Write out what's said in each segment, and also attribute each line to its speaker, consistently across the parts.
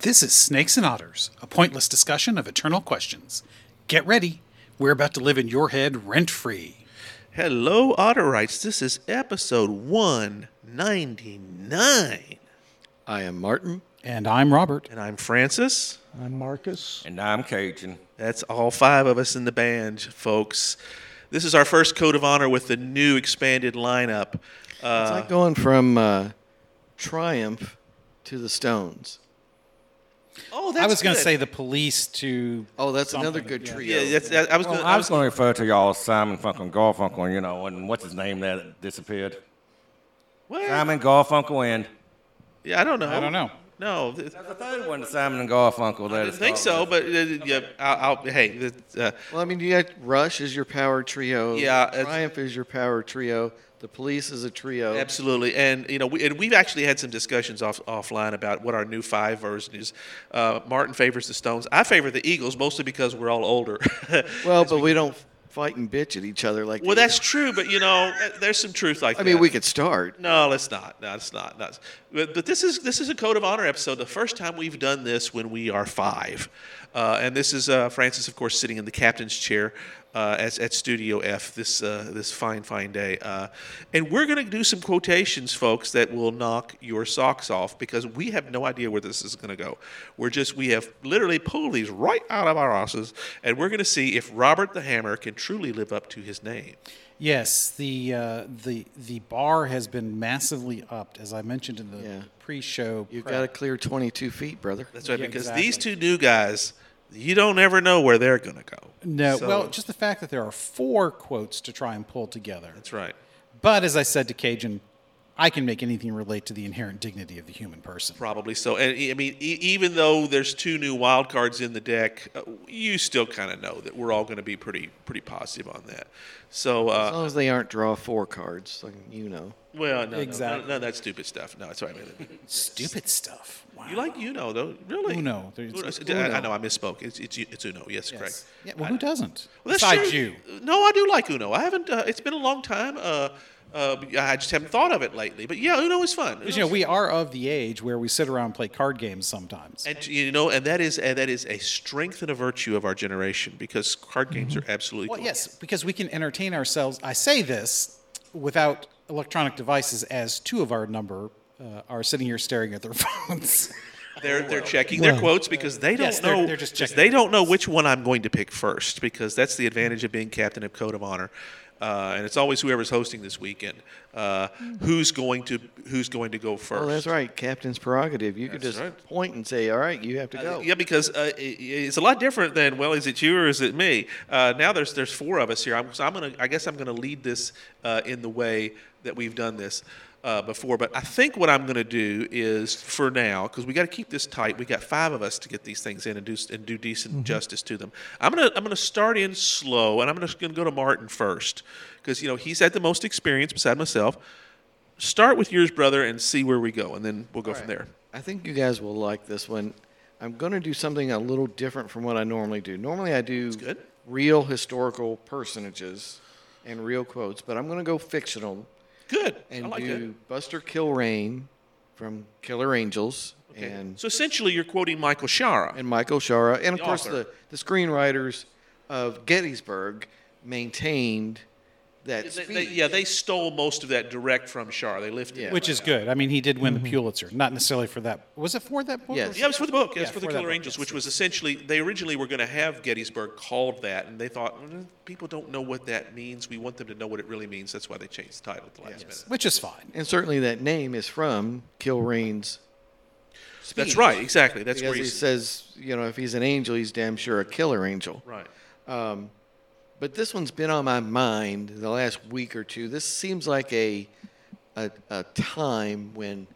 Speaker 1: This is Snakes and Otters, a pointless discussion of eternal questions. Get ready. We're about to live in your head rent free.
Speaker 2: Hello, Otterites. This is episode 199.
Speaker 3: I am Martin.
Speaker 1: And I'm Robert.
Speaker 2: And I'm Francis.
Speaker 4: I'm Marcus.
Speaker 5: And I'm Cajun.
Speaker 2: That's all five of us in the band, folks. This is our first Code of Honor with the new expanded lineup.
Speaker 3: It's like going from uh, Triumph to the Stones.
Speaker 2: Oh,
Speaker 1: I was going to
Speaker 2: good.
Speaker 1: say the police to.
Speaker 3: Oh, that's another
Speaker 1: Something,
Speaker 3: good
Speaker 1: yeah.
Speaker 3: trio.
Speaker 2: Yeah, that's, that, I
Speaker 1: Oh,
Speaker 2: was
Speaker 5: Well,
Speaker 2: gonna,
Speaker 5: Oh, I was going to refer to y'all as Simon Funkin' Garfunkel, you know, and what's his name that disappeared?
Speaker 2: What?
Speaker 5: Simon Garfunkel and.
Speaker 2: Yeah, I don't know.
Speaker 1: I don't know.
Speaker 2: No, th-
Speaker 5: There's a third one, Simon and Garfunkel.
Speaker 2: I
Speaker 5: that
Speaker 2: didn't
Speaker 5: is
Speaker 2: think so,
Speaker 5: called-
Speaker 2: but uh, yeah, I'll, I'll hey, th- uh,
Speaker 3: Well, I mean, you got Rush is your power trio.
Speaker 2: Yeah, it's-
Speaker 3: Triumph is your power trio. The Police is a trio.
Speaker 2: Absolutely, and you know, we, and we've actually had some discussions off, offline about what our new five version is. Uh, Martin favors the Stones. I favor the Eagles mostly because we're all older.
Speaker 3: Well, but we don't fight and bitch at each other like.
Speaker 2: well,
Speaker 3: they-
Speaker 2: that's true, but you know, th- there's some truth like
Speaker 3: I
Speaker 2: that.
Speaker 3: mean, we could start.
Speaker 2: No, let's not. No, it's not. Not. But, but this is this is a code of honor episode. The first time we've done this when we are five, uh, and this is uh, Francis, of course, sitting in the captain's chair uh, at, at Studio F this uh, this fine fine day, uh, and we're going to do some quotations, folks, that will knock your socks off because we have no idea where this is going to go. We're just we have literally pulled these right out of our asses, and we're going to see if Robert the Hammer can truly live up to his name.
Speaker 1: Yes, the uh, the the bar has been massively upped, as I mentioned in the
Speaker 3: Yeah.
Speaker 1: pre-show.
Speaker 3: You've got to
Speaker 1: prep.
Speaker 3: clear 22 feet, brother.
Speaker 2: That's right,
Speaker 1: Yeah,
Speaker 2: because
Speaker 1: exactly.
Speaker 2: these two new guys, you don't ever know where they're going to go.
Speaker 1: no,
Speaker 2: So-
Speaker 1: well, just the fact that there are four quotes to try and pull together.
Speaker 2: That's right.
Speaker 1: But as I said to Cajun, I can make anything relate to the inherent dignity of the human person.
Speaker 2: Probably so. And I mean, e- even though there's two new wild cards in the deck, uh, you still kind of know that we're all going to be pretty pretty positive on that. So,
Speaker 3: As
Speaker 2: uh,
Speaker 3: long as they aren't draw four cards, like you know.
Speaker 2: well, no, exactly.
Speaker 1: Exactly.
Speaker 2: no, none of that stupid stuff. No, that's right. Man.
Speaker 1: Stupid stuff. Wow.
Speaker 2: You like Uno though, really?
Speaker 1: Uno. There's-
Speaker 2: Uno.
Speaker 1: it's
Speaker 2: I- I
Speaker 1: Uno.
Speaker 2: know I misspoke. It's it's, it's Uno. Yes, correct.
Speaker 1: Yeah, well, who doesn't?
Speaker 2: Well, that's
Speaker 1: Besides
Speaker 2: true.
Speaker 1: you.
Speaker 2: No, I do like Uno. I haven't. Uh, it's been a long time. Uh, uh, I just haven't thought of it lately. But yeah, Uno is fun.
Speaker 1: Because, you know, we are of the age where we sit around and play card games sometimes.
Speaker 2: And you know, and that is and that is a strength and a virtue of our generation because card games are absolutely.
Speaker 1: Mm-hmm. well,
Speaker 2: cool.
Speaker 1: yes, because we can entertain ourselves. I say this without electronic devices, as two of our number uh, are sitting here staring at their phones.
Speaker 2: They're they're checking their quotes because they don't
Speaker 1: Yes, they're-
Speaker 2: know.
Speaker 1: they're just checking
Speaker 2: They
Speaker 1: their
Speaker 2: don't know which one I'm going to pick first because that's the advantage of being captain of Code of Honor. Uh, and it's always whoever's hosting this weekend. Uh,
Speaker 1: Mm.
Speaker 2: who's going to Who's going to go first?
Speaker 3: Oh, that's right. Captain's prerogative. You could
Speaker 2: That's
Speaker 3: just
Speaker 2: right.
Speaker 3: point and say, "All right, you have to go."
Speaker 2: Yeah, because uh, i- i- it's a lot different than well, is it you or is it me? Uh, now there's there's four of us here. I'm, so I'm gonna I guess I'm gonna lead this uh, in the way that we've done this uh, before. But I think what I'm gonna do is for now because we got to keep this tight. We got five of us to get these things in and do s- and do decent
Speaker 3: Mm-hmm.
Speaker 2: justice to them. I'm gonna I'm gonna start in slow and I'm gonna, gonna go to Martin first because you know he's had the most experience beside myself. Start with yours, brother, and see where we go, and then we'll go from there.
Speaker 3: I think you guys will like this one. I'm going to do something a little different from what I normally do. Normally, I do
Speaker 2: good.
Speaker 3: real historical personages and real quotes, but I'm going to go fictional
Speaker 2: Good.
Speaker 3: and
Speaker 2: I like that.
Speaker 3: do Buster Kilrain from Killer Angels
Speaker 2: Okay.
Speaker 3: and
Speaker 2: so essentially, you're quoting Michael Shara.
Speaker 3: and Michael Shara, and of
Speaker 2: The
Speaker 3: course
Speaker 2: author.
Speaker 3: the, the screenwriters of Gettysburg maintained that
Speaker 2: They-
Speaker 3: speech.
Speaker 2: they- yeah, they stole most of that direct from Shara. They lifted
Speaker 3: Yeah.
Speaker 2: it.
Speaker 1: Which is good. I mean, he did win the Pulitzer, not necessarily for that. Was it for that book?
Speaker 3: Yes.
Speaker 2: Yeah, it was for the book. It was
Speaker 1: Yeah,
Speaker 2: for the
Speaker 1: for that
Speaker 2: Killer
Speaker 1: book,
Speaker 2: Angels,
Speaker 1: yes,
Speaker 2: which was essentially they originally were going to have Gettysburg called that, and they thought "Mm, people don't know what that means. We want them to know what it really means. That's why they changed the title at the last minute.
Speaker 1: Which is fine.
Speaker 3: and certainly that name is from Kilrain's
Speaker 2: That's right. Exactly. That's
Speaker 3: because
Speaker 2: where
Speaker 3: he
Speaker 2: you
Speaker 3: says, you know, if he's an angel, he's damn sure a killer angel.
Speaker 2: right.
Speaker 3: But this one's been on my mind the last week or two. This seems like a a, a time when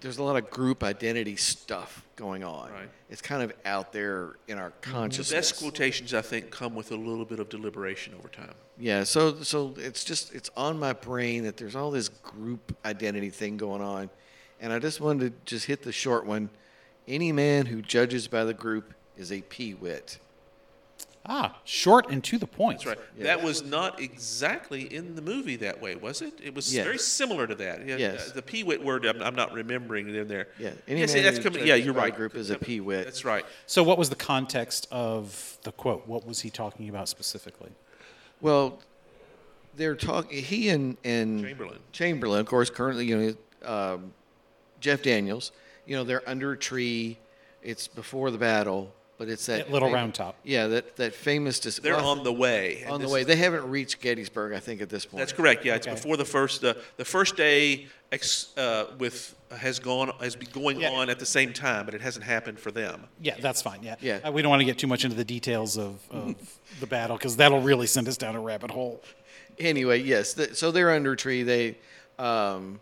Speaker 3: there's a lot of group identity stuff going on.
Speaker 2: Right. Mm-hmm.
Speaker 3: It's kind of out there in our
Speaker 2: The
Speaker 3: consciousness.
Speaker 2: best quotations I think come with a little bit of deliberation over time.
Speaker 3: Yeah, so so it's just it's on my brain that there's all this group identity thing going on, and I just wanted to just hit the short one. Any man who judges by the group is a pee wit.
Speaker 1: Ah, short and to the point.
Speaker 2: That's right. That was not exactly in the movie that way, was it? It was
Speaker 3: Yes.
Speaker 2: very similar to that. Yeah,
Speaker 3: Yes.
Speaker 2: The Peewit word, I'm, I'm not remembering it in there.
Speaker 3: Yeah, any
Speaker 2: Yes,
Speaker 3: man
Speaker 2: that's
Speaker 3: who's
Speaker 2: coming.
Speaker 3: judged
Speaker 2: Yeah, you're
Speaker 3: by a
Speaker 2: right.
Speaker 3: group is a Peewit.
Speaker 2: That's right.
Speaker 1: So, what was the context of the quote? What was he talking about specifically?
Speaker 3: Well, they're talking. He and and
Speaker 2: Chamberlain.
Speaker 3: Chamberlain, of course, currently you know um, Jeff Daniels. You know they're under a tree. It's before the battle, but it's that
Speaker 1: At Little
Speaker 3: fam-
Speaker 1: Round Top.
Speaker 3: Yeah, that that famous. Dis-
Speaker 2: They're
Speaker 3: well,
Speaker 2: on the way. and
Speaker 3: on the
Speaker 2: this
Speaker 3: way.
Speaker 2: is-
Speaker 3: They haven't reached Gettysburg, I think, at this point.
Speaker 2: That's correct. Yeah, it's
Speaker 1: Okay.
Speaker 2: before the first the the first day ex, uh, with has gone has been going
Speaker 1: Yeah.
Speaker 2: on at the same time, but it hasn't happened for them.
Speaker 1: Yeah, that's fine. Yeah.
Speaker 3: Yeah.
Speaker 1: Uh, we don't want to get too much into the details of, of the battle because that'll really send us down a rabbit hole.
Speaker 3: Anyway, yes. Th- so they're under a tree. They, um,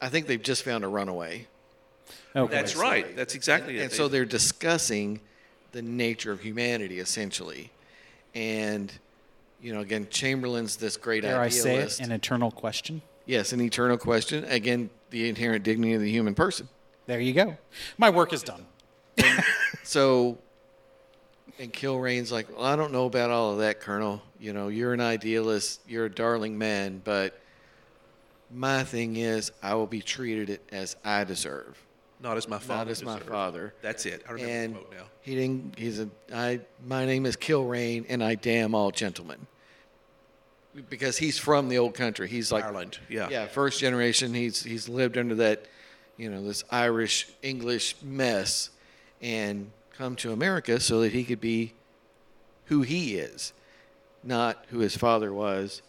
Speaker 3: I think they've just found a runaway.
Speaker 1: Okay.
Speaker 2: That's right. That's exactly it.
Speaker 3: and so they're discussing the nature of humanity essentially and you know again chamberlain's this great
Speaker 1: Dare I
Speaker 3: idealist
Speaker 1: say it? An eternal question.
Speaker 3: yes an eternal question again the inherent dignity of the human person
Speaker 1: There you go. My work is done.
Speaker 3: so and kilrain's like well i don't know about all of that colonel you know you're an idealist you're a darling man but my thing is i will be treated as i deserve
Speaker 2: not as my father.
Speaker 3: not as my
Speaker 2: deserved.
Speaker 3: father
Speaker 2: That's it. I remember
Speaker 3: and
Speaker 2: the quote now.
Speaker 3: he didn't. He's a. I. My name is Kilrain, and I damn all gentlemen. Because he's from the old country. He's like
Speaker 2: Ireland, yeah.
Speaker 3: Yeah. First generation. He's he's lived under that, you know, this Irish English mess, and come to America so that he could be who he is, not who his father was.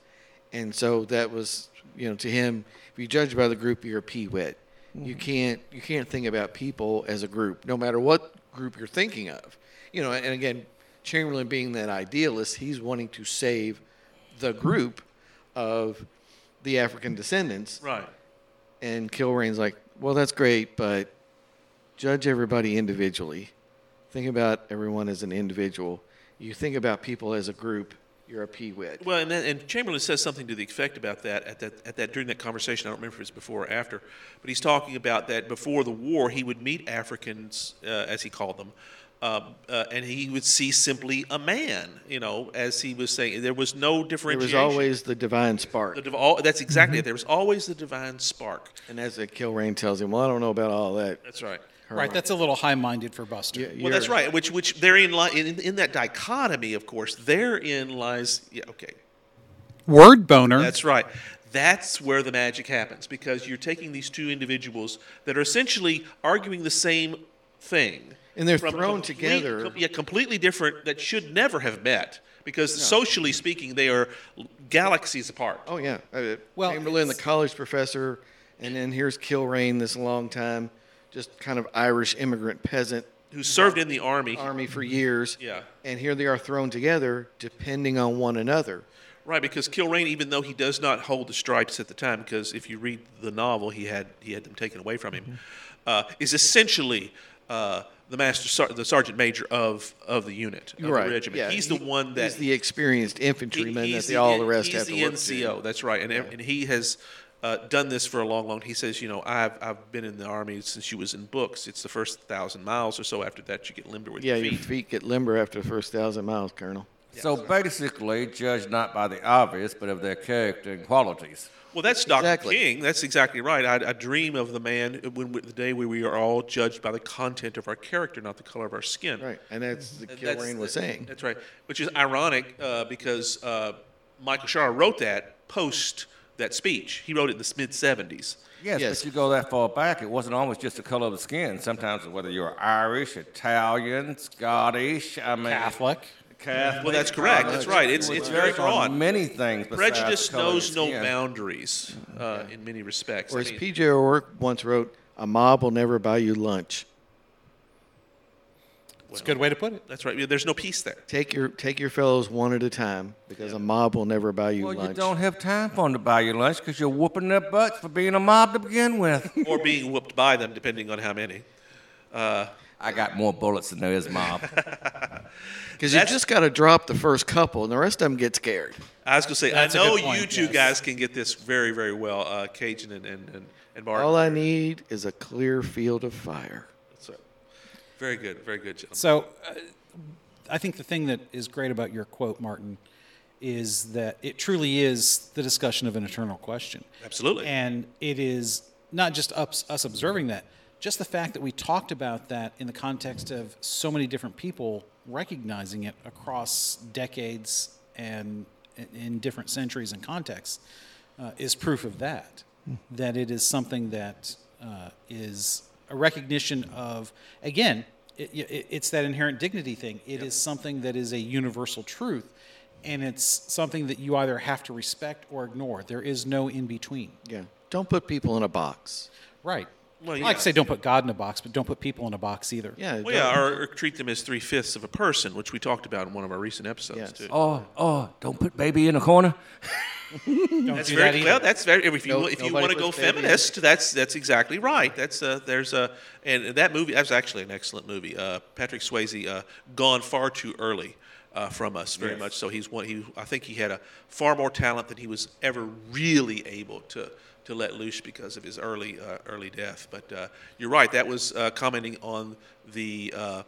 Speaker 3: And so that was, you know, to him, if you judge by the group, you're a peewit. You can't you can't think about people as a group, no matter what group you're thinking of. You know, and again, Chamberlain being that idealist, he's wanting to save the group of the African descendants.
Speaker 2: Right.
Speaker 3: And Kilrain's like, well, that's great, but judge everybody individually. Think about everyone as an individual. You think about people as a group. You're a peewit.
Speaker 2: Well, and, then, and Chamberlain says something to the effect about that at that at that during that conversation. I don't remember if it's before or after, but he's talking about that before the war he would meet Africans uh, as he called them, um, uh, and he would see simply a man. You know, as he was saying, there was no
Speaker 3: There
Speaker 2: differentiation.
Speaker 3: was always the divine spark.
Speaker 2: The div- all- that's exactly it. There was always the divine spark.
Speaker 3: and as Kilrain tells him, well, I don't know about all that.
Speaker 2: That's right.
Speaker 1: Right. That's a little high-minded for Buster.
Speaker 3: You-
Speaker 2: Well, that's
Speaker 3: you're-
Speaker 2: right. Which which therein li- in in that dichotomy, of course, therein lies. Yeah, okay.
Speaker 1: Word boner.
Speaker 2: That's right. That's where the magic happens because you're taking these two individuals that are essentially arguing the same thing.
Speaker 3: And they're
Speaker 2: from
Speaker 3: thrown together.
Speaker 2: com- yeah, completely different that should never have met because socially speaking, they are galaxies apart.
Speaker 3: Oh, yeah. Uh,
Speaker 1: Well,
Speaker 3: Chamberlain, the
Speaker 1: it's-
Speaker 3: college professor. And then here's Kilrain, this long time, just kind of Irish immigrant peasant,
Speaker 2: Who served in the army.
Speaker 3: army for years.
Speaker 2: Yeah.
Speaker 3: And here they are thrown together, depending on one another.
Speaker 2: Right, because Kilrain, even though he does not hold the stripes at the time, because if you read the novel, he had he had them taken away from him,
Speaker 3: Mm-hmm.
Speaker 2: uh, is essentially uh, the master, ser- the sergeant major of of the unit, of
Speaker 3: right.
Speaker 2: the regiment.
Speaker 3: Yeah.
Speaker 2: He's the
Speaker 3: He-
Speaker 2: one that
Speaker 3: he's the experienced
Speaker 2: he-
Speaker 3: infantryman
Speaker 2: he's
Speaker 3: that they, all
Speaker 2: N-
Speaker 3: the rest
Speaker 2: he's
Speaker 3: have
Speaker 2: the
Speaker 3: to look to.
Speaker 2: NCO. That's right, and and he has. Uh, done this for a long, long. He says, you know, I've I've been in the army since you was in books. It's the first thousand miles or so. After that, you get limber with
Speaker 3: Yeah,
Speaker 2: your
Speaker 3: your
Speaker 2: feet.
Speaker 3: feet get limber after the first thousand miles, Colonel.
Speaker 5: So basically, judge not by the obvious, but of their character and qualities.
Speaker 2: Well, that's Dr.
Speaker 3: Exactly.
Speaker 2: King. That's exactly right. I, I dream of the man when we, the day where we are all judged by the content of our character, not the color of our skin.
Speaker 3: Right, and that's the
Speaker 2: That's
Speaker 3: Kilrain was
Speaker 2: the-
Speaker 3: saying.
Speaker 2: That's right. Which is ironic uh, because uh, Michael Schar wrote that post that speech. He wrote it in the mid 70s.
Speaker 5: Yes,
Speaker 3: Yes.
Speaker 5: but you go that far back, it wasn't always just the color of the skin. Sometimes whether you're Irish, Italian, Scottish, I mean,
Speaker 1: Catholic.
Speaker 5: Catholic.
Speaker 2: Well, that's correct. That's right. It's,
Speaker 5: It
Speaker 2: it's
Speaker 5: was
Speaker 2: very
Speaker 5: based on
Speaker 2: broad.
Speaker 5: Many things. besides the
Speaker 2: Prejudice
Speaker 5: color of
Speaker 2: knows
Speaker 5: the
Speaker 2: no
Speaker 5: skin.
Speaker 2: boundaries uh, in many respects.
Speaker 3: Or
Speaker 2: I
Speaker 3: as
Speaker 2: mean,
Speaker 3: P.J. O'Rourke once wrote, "A mob will never buy you lunch.
Speaker 1: It's a good way to put it.
Speaker 2: that's right. There's no peace there.
Speaker 3: Take your take your fellows one at a time, because a mob will never buy you
Speaker 5: Well,
Speaker 3: lunch."
Speaker 5: you don't have time for them to buy you lunch because you're whooping their butts for being a mob to begin with.
Speaker 2: Or being whooped by them, depending on how many.
Speaker 5: I got more bullets than there is mob.
Speaker 3: Because you just got to drop the first couple, and the rest of them get scared.
Speaker 2: I was gonna say,
Speaker 1: That's a
Speaker 2: I know
Speaker 1: good point,
Speaker 2: you two
Speaker 1: yes.
Speaker 2: guys can get this very, very well, uh, Cajun and and and, and Martin.
Speaker 3: All I need is a clear field of fire.
Speaker 2: So, very good, very good, gentlemen.
Speaker 1: So, uh, I think the thing that is great about your quote, Martin, is that it truly is the discussion of an eternal question.
Speaker 2: Absolutely.
Speaker 1: And it is not just us, us observing that, just the fact that we talked about that in the context of so many different people recognizing it across decades and in different centuries and contexts uh, is proof of that. That it is something that uh, is a recognition of, again, it, it, it's that inherent dignity thing. It is something that is a universal truth, and it's something that you either have to respect or ignore. There is no in between.
Speaker 3: Yeah. Don't put people in a box.
Speaker 1: Right.
Speaker 2: Well,
Speaker 1: I like
Speaker 2: yeah.
Speaker 1: to say don't put God in a box, but don't put people in a box either.
Speaker 3: Yeah.
Speaker 2: Well, yeah, or, or treat them as three fifths of a person, which we talked about in one of our recent episodes
Speaker 3: Yes.
Speaker 2: too.
Speaker 5: Oh, oh, don't put baby in a corner.
Speaker 1: Don't
Speaker 2: That's
Speaker 1: do
Speaker 2: very
Speaker 1: that either.
Speaker 2: well. That's very. If you
Speaker 3: No-
Speaker 2: if you
Speaker 3: nobody
Speaker 2: want to go
Speaker 3: puts baby in.
Speaker 2: feminist, that's that's exactly right. That's uh, there's a and that movie. That was actually an excellent movie. Uh, Patrick Swayze, uh, gone far too early uh, from us, very much. So he's one. He I think he had a far more talent than he was ever really able to to let loose because of his early uh, early death. But uh, you're right. That was uh, commenting on the. Uh,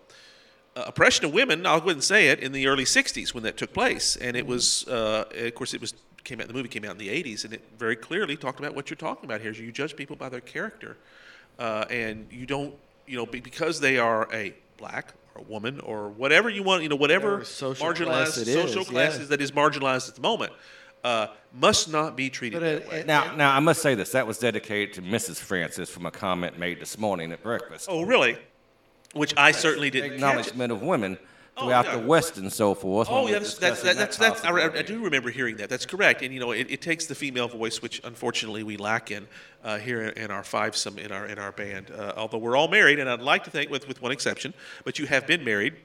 Speaker 2: uh, oppression of women. I wouldn't say it in the early '60s when that took place, and it was, uh, of course, it was came out. The movie came out in the '80s, and it very clearly talked about what you're talking about here. Is you judge people by their character, uh, and you don't, you know, be- because they are a black or a woman or whatever you want, you know, whatever
Speaker 3: Whatever social
Speaker 2: marginalized
Speaker 3: class it is,
Speaker 2: social
Speaker 3: yeah.
Speaker 2: classes that is marginalized at the moment, uh, must not be treated
Speaker 3: But
Speaker 2: that
Speaker 3: it-
Speaker 2: way.
Speaker 3: it-
Speaker 5: Now, now I must say this. That was dedicated to Mrs. Francis from a comment made this morning at breakfast.
Speaker 2: oh, really? Which I certainly didn't catch. it.
Speaker 5: Acknowledgement of women
Speaker 2: Oh,
Speaker 5: throughout
Speaker 2: yeah.
Speaker 5: the West and so forth. when
Speaker 2: Oh,
Speaker 5: we
Speaker 2: yeah, that's,
Speaker 5: were
Speaker 2: that's,
Speaker 5: discussing
Speaker 2: that's,
Speaker 5: that
Speaker 2: that's, I, I
Speaker 5: possibility.
Speaker 2: do remember hearing that. That's correct. And, you know, it, it takes the female voice, which unfortunately we lack in uh, here in our fivesome, in our, in our band. Uh, although we're all married, and I'd like to think, with, with one exception, but you have been married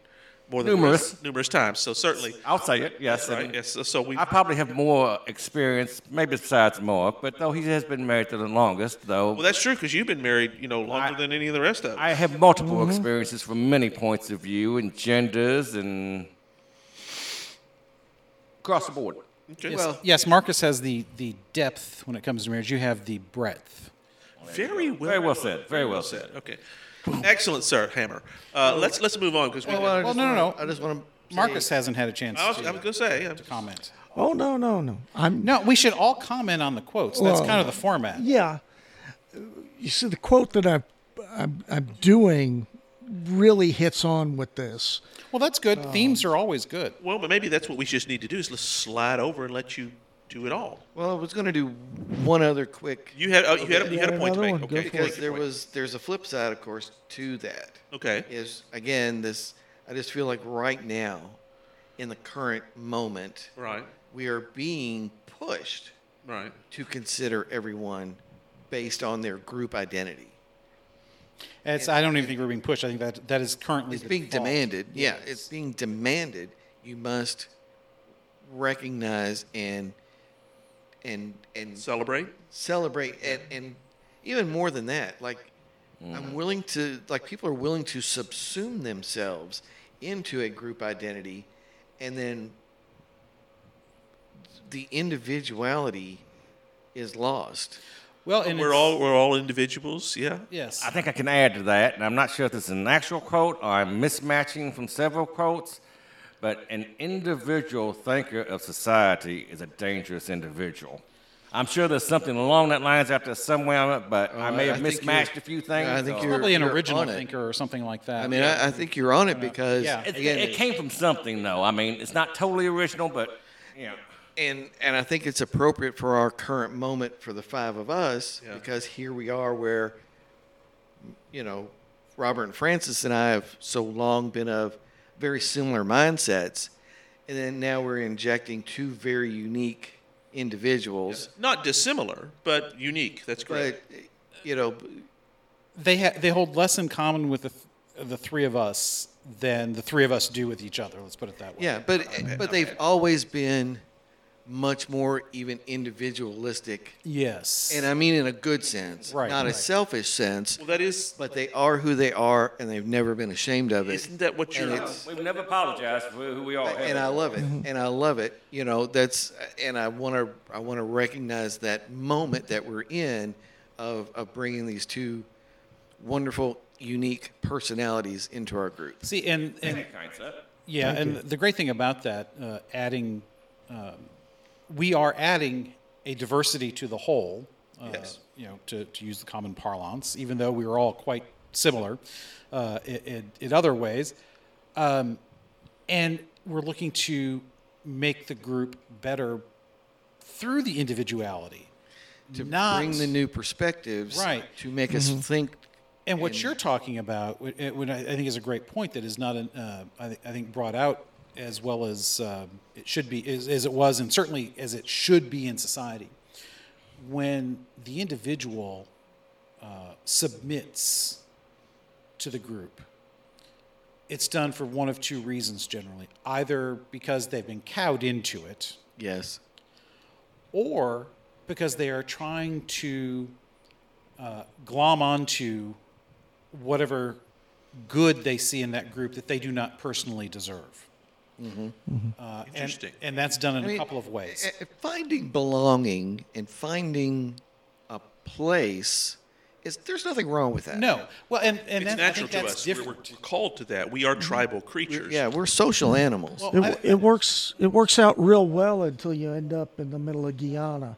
Speaker 2: more than
Speaker 5: Numerous.
Speaker 2: once- numerous times. So certainly,
Speaker 5: I'll say it. Yes.
Speaker 2: right?
Speaker 5: and
Speaker 2: Yes, so- so we,
Speaker 5: I probably have more experience, maybe besides Mark, but though he has been married to the longest, though
Speaker 2: well, that's true because you've been married, you know, longer
Speaker 5: I-
Speaker 2: than any of the rest of us.
Speaker 5: I have multiple
Speaker 3: Mm-hmm.
Speaker 5: experiences from many points of view and genders and across the board.
Speaker 2: Okay.
Speaker 1: Yes, yes, Marcus has the the depth when it comes to marriage. You have the breadth.
Speaker 2: very well,
Speaker 5: Very well said. Very well said.
Speaker 2: Okay, excellent, sir, Hammer. Uh, let's let's move on because we.
Speaker 3: I
Speaker 1: Well,
Speaker 3: just
Speaker 1: no, no,
Speaker 3: wanna-
Speaker 1: no.
Speaker 3: I just want to.
Speaker 1: Marcus hasn't had a chance
Speaker 2: I was,
Speaker 1: to
Speaker 2: I was gonna say, I'm-
Speaker 1: comment.
Speaker 4: Oh no, no, no. I'm
Speaker 1: No, we should all comment on the quotes. That's
Speaker 4: Well,
Speaker 1: kind of the format.
Speaker 4: Yeah. You see, the quote that I'm, I'm, I'm doing really hits on with this.
Speaker 1: Well, that's good.
Speaker 4: Oh.
Speaker 1: Themes are always good.
Speaker 2: well, but maybe that's what we just need to do is let's slide over and let you do it all.
Speaker 3: Well, I was going to do one other quick
Speaker 2: You had oh, you had a, you had a
Speaker 4: Yeah,
Speaker 2: point to
Speaker 4: another
Speaker 2: make.
Speaker 4: one. Go
Speaker 2: Okay,
Speaker 4: for it.
Speaker 2: make
Speaker 3: because
Speaker 2: your
Speaker 3: there
Speaker 2: point.
Speaker 3: was there's a flip side, of course, to that.
Speaker 2: okay.
Speaker 3: Is again this. I just feel like right now, in the current moment,
Speaker 2: Right,
Speaker 3: we are being pushed
Speaker 2: right.
Speaker 3: to consider everyone based on their group identity.
Speaker 1: It's, I don't even think we're being pushed. I think that that is currently
Speaker 3: It's
Speaker 1: the
Speaker 3: being
Speaker 1: default.
Speaker 3: demanded. Yeah, it's being demanded. You must recognize and and and
Speaker 2: Celebrate.
Speaker 3: celebrate and, and even more than that like i'm willing to like people are willing to subsume themselves into a group identity and then the individuality is lost
Speaker 1: Well, and
Speaker 2: We're
Speaker 1: it's-
Speaker 2: all we're all individuals. Yeah.
Speaker 1: yes.
Speaker 5: I think I can add to that, and I'm not sure if this is an actual quote or I'm mismatching from several quotes, but an individual thinker of society is a dangerous individual. I'm sure there's something along that lines out there somewhere, but I may
Speaker 3: I- I
Speaker 5: have
Speaker 3: think you're-
Speaker 5: mismatched a few things.
Speaker 3: I think
Speaker 5: so-
Speaker 3: you're-
Speaker 1: probably an
Speaker 3: you're
Speaker 1: original
Speaker 3: on it.
Speaker 1: thinker or something like that.
Speaker 3: i mean I, I think you're on it because
Speaker 1: Yeah.
Speaker 5: It,
Speaker 3: again,
Speaker 5: it came from something, though. I mean, it's not totally original, but yeah.
Speaker 3: and and I think it's appropriate for our current moment for the five of us
Speaker 2: Yeah.
Speaker 3: because here we are where you know Robert and Francis and I have so long been of very similar mindsets and then now we're injecting two very unique individuals
Speaker 2: Not dissimilar, but unique. That's great.
Speaker 3: but you know
Speaker 1: they ha- they hold less in common with the th- the three of us than the three of us do with each other. Let's put it that way.
Speaker 3: yeah but but they've always been much more even individualistic
Speaker 1: Yes.
Speaker 3: and I mean in a good sense
Speaker 1: Right,
Speaker 3: not a
Speaker 1: right.
Speaker 3: selfish sense
Speaker 2: well, that is.
Speaker 3: But they are who they are, and they've never been ashamed of it.
Speaker 2: Isn't that what
Speaker 3: And
Speaker 2: you're?
Speaker 3: it's-
Speaker 5: We've never apologized for who we are.
Speaker 3: And I love it. And I love it. You know, that's and I want to I want to recognize that moment that we're in of of bringing these two wonderful, unique personalities into our group.
Speaker 1: See, and, and
Speaker 5: That kind of stuff.
Speaker 1: Yeah, and the great thing about that, uh, adding, um, we are adding a diversity to the whole. Uh,
Speaker 2: Yes.
Speaker 1: You know, to, to use the common parlance, even though we were all quite similar uh, in, in, in other ways. Um, and we're looking to make the group better through the individuality.
Speaker 3: to
Speaker 1: not,
Speaker 3: bring the new perspectives
Speaker 1: Right.
Speaker 3: to make us think
Speaker 1: And what you're talking about, wh- it- what I I think is a great point that is not, an, uh, I, thi- I think, brought out as well as um it should be, as, as it was, and certainly as it should be in society. When the individual uh, submits to the group, it's done for one of two reasons generally either because they've been cowed into it,
Speaker 3: yes
Speaker 1: or because they are trying to uh, glom onto whatever good they see in that group that they do not personally deserve. Uh, and-
Speaker 2: Interesting.
Speaker 1: And, that's done in
Speaker 3: Mm-hmm. I mean, eh,
Speaker 1: a couple of ways.
Speaker 3: a- a- Finding belonging and finding a place is there's nothing wrong with that.
Speaker 1: no. Well, and, and
Speaker 2: It's
Speaker 1: that, I
Speaker 2: natural
Speaker 1: think
Speaker 2: to
Speaker 1: that's
Speaker 2: us. We're, we're
Speaker 1: different.
Speaker 2: called to that. We are tribal creatures.
Speaker 3: Yeah, we're social animals.
Speaker 1: Well, I-
Speaker 4: It, it works. It works out real well until you end up in the middle of Guyana.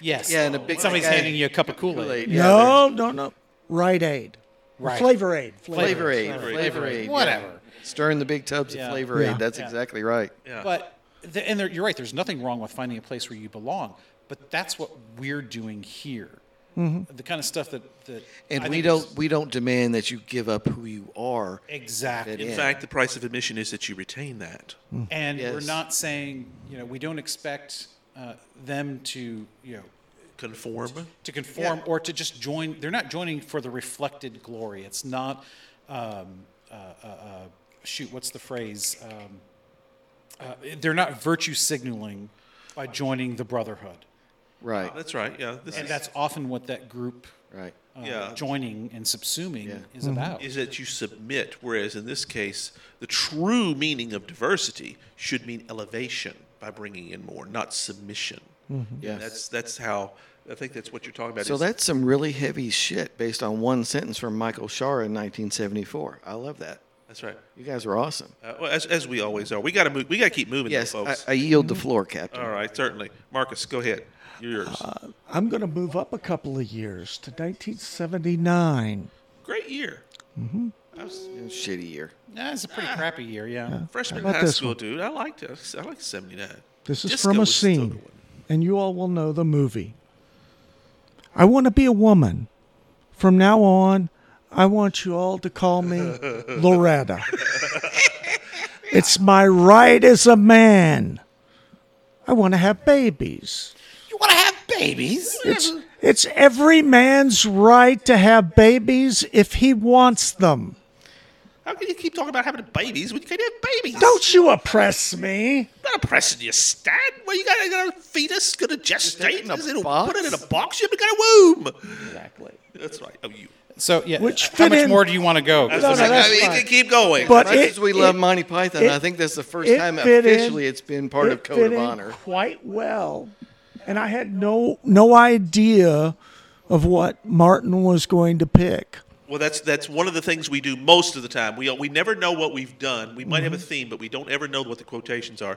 Speaker 1: yes.
Speaker 3: Yeah, and a big
Speaker 1: Somebody's
Speaker 3: guy-
Speaker 1: handing you a cup of Kool-Aid.
Speaker 3: Kool-Aid,
Speaker 4: no, no, no. Rite Aid.
Speaker 1: Right.
Speaker 4: Flavor Aid. Flavor.
Speaker 3: there's Flavor aid,
Speaker 2: Flavor Aid.
Speaker 3: flavor aid, yeah.
Speaker 1: Whatever.
Speaker 3: Stirring the big tubs
Speaker 1: Yeah.
Speaker 3: of flavor
Speaker 4: Yeah.
Speaker 3: aid. That's exactly right.
Speaker 2: Yeah.
Speaker 1: But the, and there, you're right. There's nothing wrong with finding a place where you belong. But that's what we're doing here. The kind of stuff that that
Speaker 3: Mm-hmm. And
Speaker 1: I
Speaker 3: we
Speaker 1: think
Speaker 3: don't
Speaker 1: is-
Speaker 3: we don't demand that you give up who you are.
Speaker 1: exactly.
Speaker 2: In
Speaker 3: Yeah.
Speaker 2: fact, the price of admission is that you retain that.
Speaker 1: And we're
Speaker 3: Yes.
Speaker 1: not saying you know we don't expect uh, them to you know
Speaker 2: Conform.
Speaker 1: to conform or to just join. They're not joining for the reflected glory. It's not. Um, uh, uh, uh, shoot, what's the phrase? Um, uh, they're not virtue signaling by joining the brotherhood.
Speaker 3: Right.
Speaker 2: That's right. Yeah. This
Speaker 1: And
Speaker 2: is,
Speaker 1: that's often what that group
Speaker 3: Right.
Speaker 1: uh,
Speaker 2: Yeah.
Speaker 1: joining and subsuming is
Speaker 4: Mm-hmm.
Speaker 1: about.
Speaker 2: is that you submit, whereas in this case, the true meaning of diversity should mean elevation by bringing in more, not submission.
Speaker 3: Yes.
Speaker 2: That's that's how I think that's what you're talking about.
Speaker 3: so
Speaker 2: is-
Speaker 3: that's some really heavy shit based on one sentence from Michael Schar in 1974. I love that.
Speaker 2: that's right.
Speaker 3: You guys are awesome.
Speaker 2: Uh, well, as, as we always are, we got to move. We got to keep moving,
Speaker 3: Yes,
Speaker 2: though,
Speaker 3: I,
Speaker 2: folks.
Speaker 3: I yield the floor, Captain.
Speaker 2: All right, certainly, Marcus, go ahead. You're yours.
Speaker 4: I'm going to move up a couple of years to 1979.
Speaker 2: Great year.
Speaker 3: Shitty year.
Speaker 1: Nah, it's a pretty crappy year, yeah.
Speaker 2: Freshman
Speaker 4: about
Speaker 2: high
Speaker 4: this
Speaker 2: school,
Speaker 4: one?
Speaker 2: dude. I liked it. I liked '79.
Speaker 4: This is
Speaker 2: Disco
Speaker 4: from a
Speaker 2: was still
Speaker 4: scene,
Speaker 2: going.
Speaker 4: and you all will know the movie. I want to be a woman. From now on, I want you all to call me Loretta. it's my right as a man. I want to have babies.
Speaker 1: You want to have babies?
Speaker 4: It's, it's every man's right to have babies if he wants them.
Speaker 2: How can you keep talking about having babies when you can't have babies?
Speaker 4: Don't you oppress me.
Speaker 2: Not oppressing your stat. Well, you got, you got a fetus going to gestate.
Speaker 3: in a
Speaker 2: Is it-
Speaker 3: box?
Speaker 2: Put it in a box. You haven't got a womb. Exactly. That's right. Oh, you.
Speaker 1: So, yeah.
Speaker 4: Which
Speaker 1: how
Speaker 4: fit
Speaker 1: much
Speaker 4: in-
Speaker 1: more do you want to go?
Speaker 4: No, no, that's
Speaker 2: I mean,
Speaker 4: fine.
Speaker 2: you can keep going.
Speaker 4: But
Speaker 3: Much
Speaker 4: it-
Speaker 3: as we
Speaker 4: it-
Speaker 3: love Monty Python,
Speaker 4: it-
Speaker 3: I think that's the first
Speaker 4: it
Speaker 3: time
Speaker 4: fit in-
Speaker 3: officially it's been part of
Speaker 4: it
Speaker 3: Code
Speaker 4: fit
Speaker 3: of
Speaker 4: in
Speaker 3: Honor.
Speaker 4: quite well, and I had no no idea of what Martin was going to pick.
Speaker 2: well, that's that's one of the things we do most of the time. We we never know what we've done. We might have a theme, but we don't ever know what the quotations are.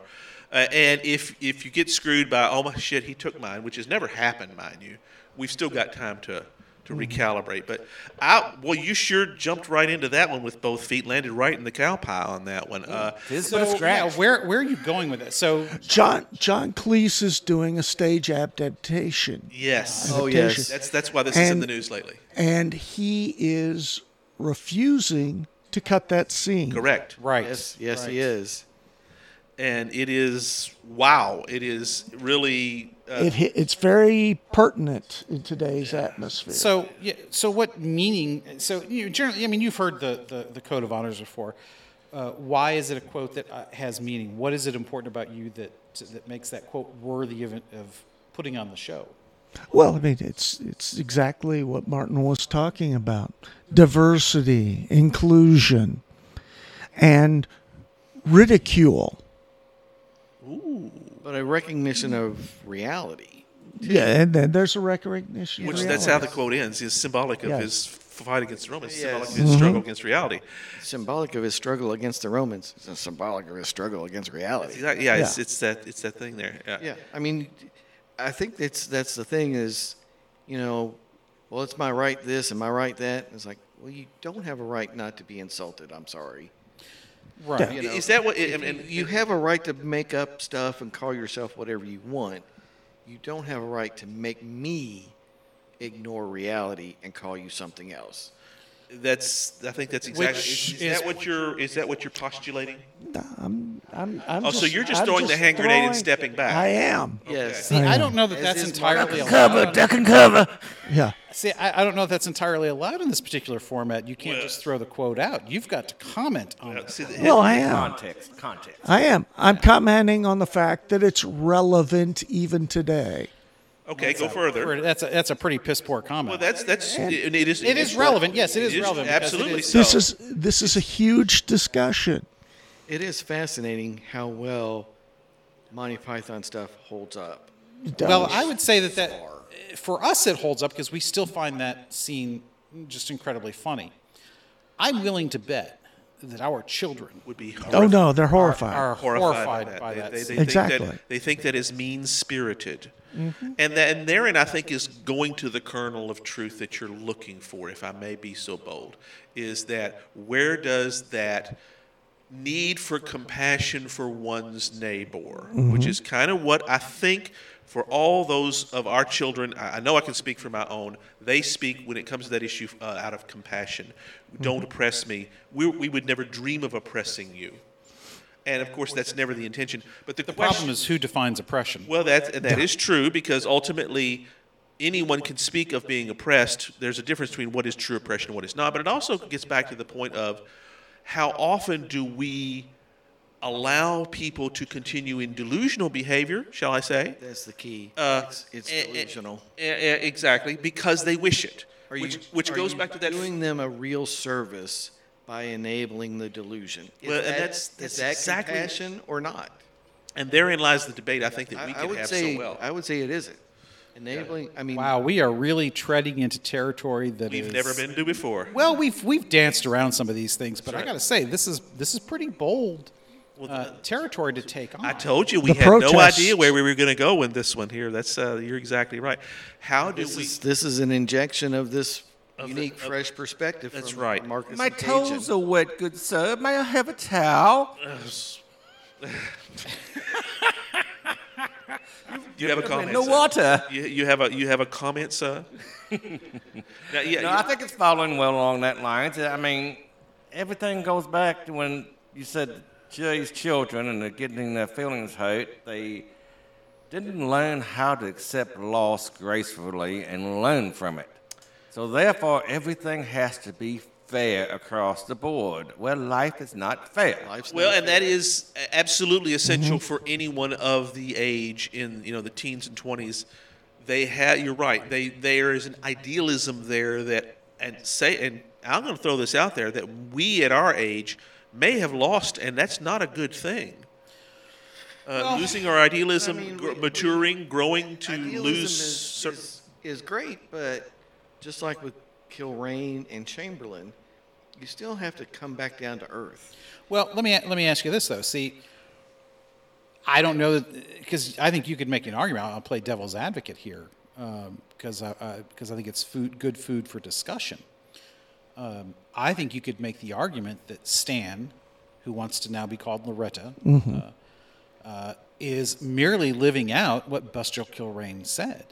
Speaker 2: Uh, and if if you get screwed by oh my shit, he took mine, which has never happened, mind you, we've still got time to. To recalibrate, but I well, you sure jumped right into that one with both feet, landed right in the cow pile on that one. Uh,
Speaker 5: This is
Speaker 1: so, yeah,
Speaker 5: scratch.
Speaker 1: where, where are you going with it? So,
Speaker 4: John John Cleese is doing a stage adaptation,
Speaker 2: yes,
Speaker 3: Oh
Speaker 4: Adaptation.
Speaker 3: yes,
Speaker 2: That's that's why this is in
Speaker 4: And-
Speaker 2: the news lately.
Speaker 4: and he is refusing to cut that scene.
Speaker 2: Correct.
Speaker 1: right.
Speaker 3: yes, yes, he is.
Speaker 2: And it is wow. It is really uh,
Speaker 4: It hi- it's very pertinent in today's atmosphere.
Speaker 1: So, yeah, so what meaning? So, you know, generally, I mean, you've heard the, the, the code of honors before. Uh, why is it a quote that uh, has meaning? What is it important about you that that makes that quote worthy of, of putting on the show?
Speaker 4: Well, I mean, it's it's exactly what Martin was talking about: diversity, inclusion, and ridicule.
Speaker 3: But a recognition of reality.
Speaker 4: Yeah, and then there's a recognition.
Speaker 2: which
Speaker 4: of
Speaker 2: that's
Speaker 4: reality.
Speaker 2: how the quote ends. Is symbolic of
Speaker 4: Yes.
Speaker 2: his f- fight against the Romans,
Speaker 3: Yes.
Speaker 2: symbolic of his
Speaker 1: Mm-hmm.
Speaker 2: struggle against reality.
Speaker 3: Symbolic of his struggle against the Romans. It's symbolic of his struggle against reality.
Speaker 2: Yeah, yeah, It's, it's that it's that thing there. Yeah.
Speaker 3: Yeah, I mean, I think that's that's the thing is, you know, well, it's my right this and my right that. It's like, well, you don't have a right not to be insulted. I'm sorry.
Speaker 1: Right.
Speaker 3: You know,
Speaker 2: Is that what? I mean,
Speaker 3: you have a right to make up stuff and call yourself whatever you want. You don't have a right to make me ignore reality and call you something else.
Speaker 2: That's. I think that's exactly.
Speaker 1: Which
Speaker 2: Is, is
Speaker 1: is-
Speaker 2: that what you're? Is that what you're postulating?
Speaker 4: I'm, I'm, I'm
Speaker 2: Oh, so you're just throwing the hand grenade and stepping back.
Speaker 4: I am.
Speaker 3: Yes.
Speaker 4: Mm.
Speaker 1: See, I don't know that
Speaker 3: Is
Speaker 1: that's
Speaker 3: this
Speaker 1: entirely
Speaker 3: Mark-
Speaker 1: allowed.
Speaker 5: and cover.
Speaker 4: Yeah.
Speaker 1: See, I, I don't know if that's entirely allowed in this particular format. You can't just throw the quote out. You've got to comment on it.
Speaker 2: See,
Speaker 4: Well, I am.
Speaker 5: Context, context.
Speaker 4: I am. I'm commenting on the fact that it's relevant even today.
Speaker 2: okay, go further.
Speaker 1: That's a, that's a pretty piss poor comment.
Speaker 2: Well, that's that's and it is
Speaker 1: It is relevant. Yes, it is relevant because it
Speaker 2: Absolutely.
Speaker 1: is-
Speaker 2: so.
Speaker 4: This is this is a huge discussion.
Speaker 3: It is fascinating how well Monty Python stuff holds up.
Speaker 1: well, I would say that that for us it holds up because we still find that scene just incredibly funny. I'm willing to bet that our children
Speaker 2: would be
Speaker 4: oh
Speaker 2: horrified,
Speaker 4: no, they're horrified.
Speaker 1: are
Speaker 2: horrified
Speaker 1: horrified,
Speaker 2: at
Speaker 1: by that.
Speaker 2: that. They, they,
Speaker 1: scene.
Speaker 2: they
Speaker 4: Exactly.
Speaker 2: Think that, they think that is mean spirited.
Speaker 1: Mm-hmm.
Speaker 2: And that, and therein, I think, is going to the kernel of truth that you're looking for, if I may be so bold, is that where does that need for compassion for one's neighbor, which is kind of what I think for all those of our children, I I know I can speak for my own, they speak when it comes to that issue uh, out of compassion. Don't oppress me. We, we would never dream of oppressing you. And of course, that's never the intention. But the,
Speaker 1: The problem is who defines oppression.
Speaker 2: well, that that is true because ultimately, anyone can speak of being oppressed. There's a difference between what is true oppression and what is not. But it also gets back to the point of how often do we allow people to continue in delusional behavior? Shall I say?
Speaker 3: That's the key.
Speaker 2: Uh,
Speaker 3: it's it's
Speaker 2: eh, eh,
Speaker 3: delusional.
Speaker 2: eh, eh, exactly, because they wish it. which which
Speaker 3: are
Speaker 2: goes
Speaker 3: you
Speaker 2: back to that.
Speaker 3: doing them a real service by enabling the delusion. Is
Speaker 2: Well, and
Speaker 3: that-
Speaker 2: that's-
Speaker 3: is
Speaker 2: that's
Speaker 3: that
Speaker 2: exactly-
Speaker 3: compassion or not?
Speaker 2: and therein lies the debate. I think that
Speaker 3: I,
Speaker 2: we
Speaker 3: I
Speaker 2: can
Speaker 3: would
Speaker 2: have
Speaker 3: say
Speaker 2: so well.
Speaker 3: I would say it isn't enabling. I mean,
Speaker 1: Wow, we are really treading into territory that
Speaker 2: We've
Speaker 1: is-
Speaker 2: never been to before.
Speaker 1: Well, we've we've danced around some of these things, but I
Speaker 2: right.
Speaker 1: got to say this is this is pretty bold
Speaker 2: Well,
Speaker 1: uh, territory to take on.
Speaker 2: I told you we
Speaker 4: The
Speaker 2: had no
Speaker 4: protests.
Speaker 2: idea where we were going to go in this one here. That's uh, you're exactly right. How do
Speaker 3: this
Speaker 2: we?
Speaker 3: is this is an injection of this
Speaker 2: the-
Speaker 3: unique,
Speaker 2: of-
Speaker 3: fresh perspective.
Speaker 2: That's
Speaker 3: from
Speaker 2: right.
Speaker 3: Marcus
Speaker 5: My
Speaker 3: and Cajun.
Speaker 5: toes are wet, good sir. May I have a towel?
Speaker 2: You have a comment.
Speaker 5: No
Speaker 2: sir?
Speaker 5: water.
Speaker 2: You, you have a you have a comment, sir. Now, yeah,
Speaker 5: No,
Speaker 2: you-
Speaker 5: I think it's following well along that line. I mean, everything goes back to when you said these children and they're getting their feelings hurt. They didn't learn how to accept loss gracefully and learn from it. So therefore, everything has to be fair across the board. Well, life is not fair.
Speaker 3: Life's
Speaker 2: well,
Speaker 3: not
Speaker 2: and that is a- absolutely essential
Speaker 3: Mm-hmm.
Speaker 2: for anyone of the age in you know the teens and twenties. They have. You're right. They there is an idealism there that and say and I'm going to throw this out there that we at our age may have lost, and that's not a good thing. Uh, losing our idealism,
Speaker 3: mean,
Speaker 2: gr-
Speaker 3: we- we-
Speaker 2: maturing, growing to
Speaker 3: Idealism
Speaker 2: lose
Speaker 3: is,
Speaker 2: cer-
Speaker 3: is, is great, but just like with Kilrain and Chamberlain, you still have to come back down to earth.
Speaker 1: Well, let me let me ask you this though. See, I don't know because I think you could make an argument. I'll play devil's advocate here because I because I think it's food good food for discussion. Um, I think you could make the argument that Stan, who wants to now be called Loretta, uh, uh, is merely living out what Buster Kilrain said.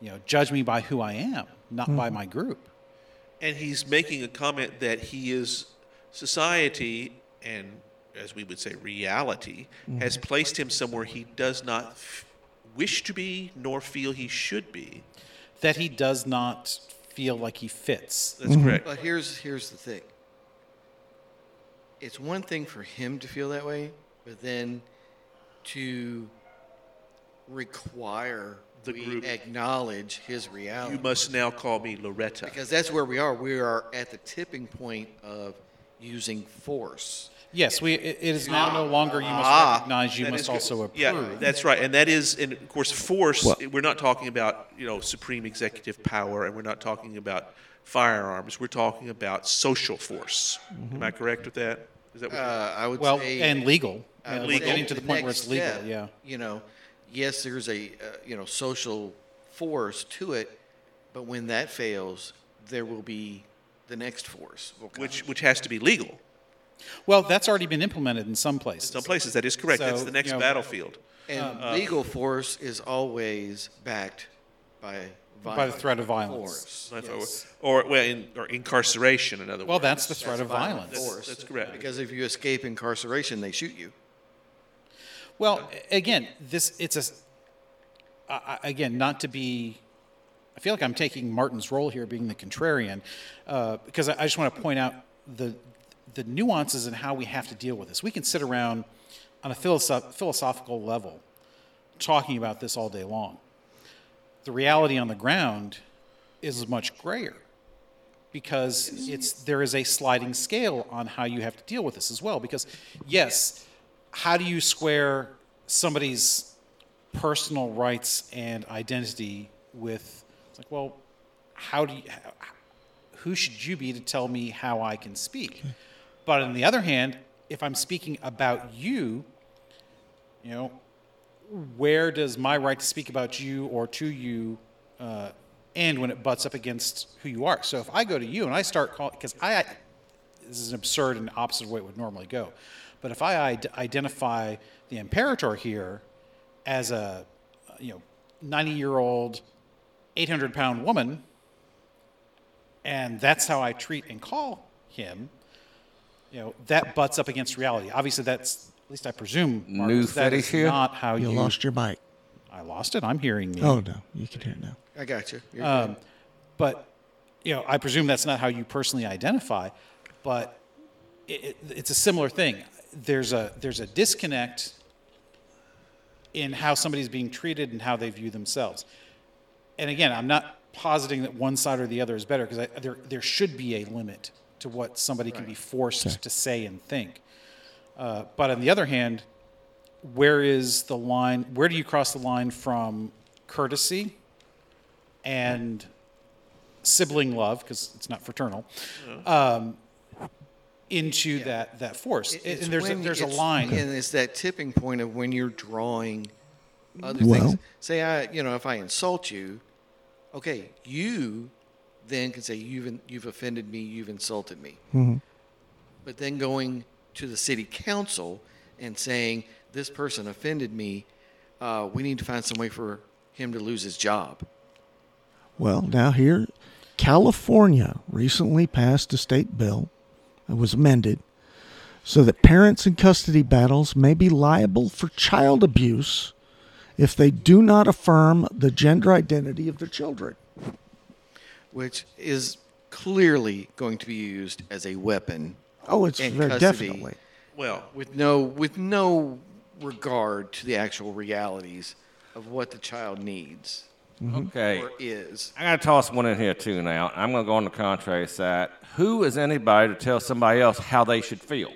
Speaker 1: You know, judge me by who I am, not by my group.
Speaker 2: and he's making a comment that he is society and as we would say reality has placed him somewhere he does not f- wish to be nor feel he should be
Speaker 1: That he does not feel like he fits.
Speaker 2: that's correct
Speaker 3: But here's here's the thing. It's one thing for him to feel that way, but then to require
Speaker 2: The
Speaker 3: we
Speaker 2: group-
Speaker 3: acknowledge his reality.
Speaker 2: you must now call me loretta
Speaker 3: um, because that's where we are. We are at the tipping point of using force.
Speaker 1: Yes, we. It it is now no longer you must
Speaker 3: Ah,
Speaker 1: recognize, you
Speaker 2: That
Speaker 1: must
Speaker 2: is good.
Speaker 1: also approve.
Speaker 2: Yeah, that's right, and that is, and of course, force. We're not talking about you know supreme executive power, and we're not talking about firearms, we're talking about social force. Am I correct with that? Is that what you're-
Speaker 3: Uh, I would
Speaker 1: Well,
Speaker 3: say
Speaker 1: and legal.
Speaker 3: uh,
Speaker 1: Yeah, we're
Speaker 2: legal.
Speaker 1: Getting to the point where
Speaker 3: next
Speaker 1: it's legal.
Speaker 3: step,
Speaker 1: Yeah.
Speaker 3: You know, yes, there's a uh, you know social force to it, but when that fails, there will be the next force. will come.
Speaker 2: which which has to be legal?
Speaker 1: Well, that's already been implemented in some places.
Speaker 2: Some places that is correct. That's
Speaker 1: So,
Speaker 2: the next
Speaker 1: you know-
Speaker 2: battlefield.
Speaker 3: and
Speaker 1: Um, uh,
Speaker 3: legal force is always backed by violence.
Speaker 1: By the threat of violence.
Speaker 3: Force.
Speaker 2: Or- Or, well, in, or incarceration, in other
Speaker 1: Well,
Speaker 2: words.
Speaker 1: that's the threat of
Speaker 3: violent
Speaker 1: violence.
Speaker 3: force.
Speaker 2: That's correct.
Speaker 3: Because if you escape incarceration, they shoot you.
Speaker 1: Well, a- again, this it's a I- I- again not to be. I feel like I'm taking Martin's role here, being the contrarian, uh, because I, I just want to point out the the nuances in how we have to deal with this. We can sit around on a philosoph- philosophical level talking about this all day long. The reality on the ground is much grayer because it's there is a sliding scale on how you have to deal with this as well. Because yes, how do you square somebody's personal rights and identity with it's like well, how do you how, who should you be to tell me how I can speak? But on the other hand, if I'm speaking about you, you know, where does my right to speak about you or to you uh, end when it butts up against who you are? So if I go to you and I start calling, because I, this is an absurd and opposite way it would normally go, but if I id- identify the imperator here as a, you know, 90 year old, 800 pound woman, and that's how I treat and call him, you know, that butts up against reality. Obviously, that's, at least I presume, Mark,
Speaker 5: New
Speaker 1: that is
Speaker 5: fetish here?
Speaker 1: not how
Speaker 4: You
Speaker 1: you,
Speaker 4: lost your mic.
Speaker 1: I lost it. I'm hearing you.
Speaker 4: Oh no, you can hear it now.
Speaker 3: I got you. You're good.
Speaker 1: But you know, I presume that's not how you personally identify, but it, it, it's a similar thing. There's a there's a disconnect in how somebody's being treated and how they view themselves. And again, I'm not positing that one side or the other is better because there there should be a limit to what somebody can be forced to say and think. Uh, but on the other hand, where is the line? Where do you cross the line from courtesy and sibling love because it's not fraternal um, into that that force
Speaker 3: It's
Speaker 1: and there's a,
Speaker 3: when-
Speaker 1: there's a
Speaker 3: it's-
Speaker 1: line
Speaker 3: and it's that tipping point of when you're drawing other
Speaker 4: Well-
Speaker 3: things. Say I, you know, if I insult you, okay, you then can say you've in- you've offended me, you've insulted me. But then going to the city council and saying this person offended me, uh, we need to find some way for him to lose his job.
Speaker 4: Well, now here, California recently passed a state bill that was amended so that parents in custody battles may be liable for child abuse if they do not affirm the gender identity of their children.
Speaker 3: which is clearly going to be used as a weapon
Speaker 4: Oh, it's
Speaker 3: In
Speaker 4: very
Speaker 3: custody.
Speaker 4: definitely.
Speaker 2: Well,
Speaker 3: with no with no regard to the actual realities of what the child needs
Speaker 5: Okay.
Speaker 3: or is.
Speaker 5: I gotta toss one in here too now. I'm gonna go on the contrary side. Who is anybody to tell somebody else how they should feel?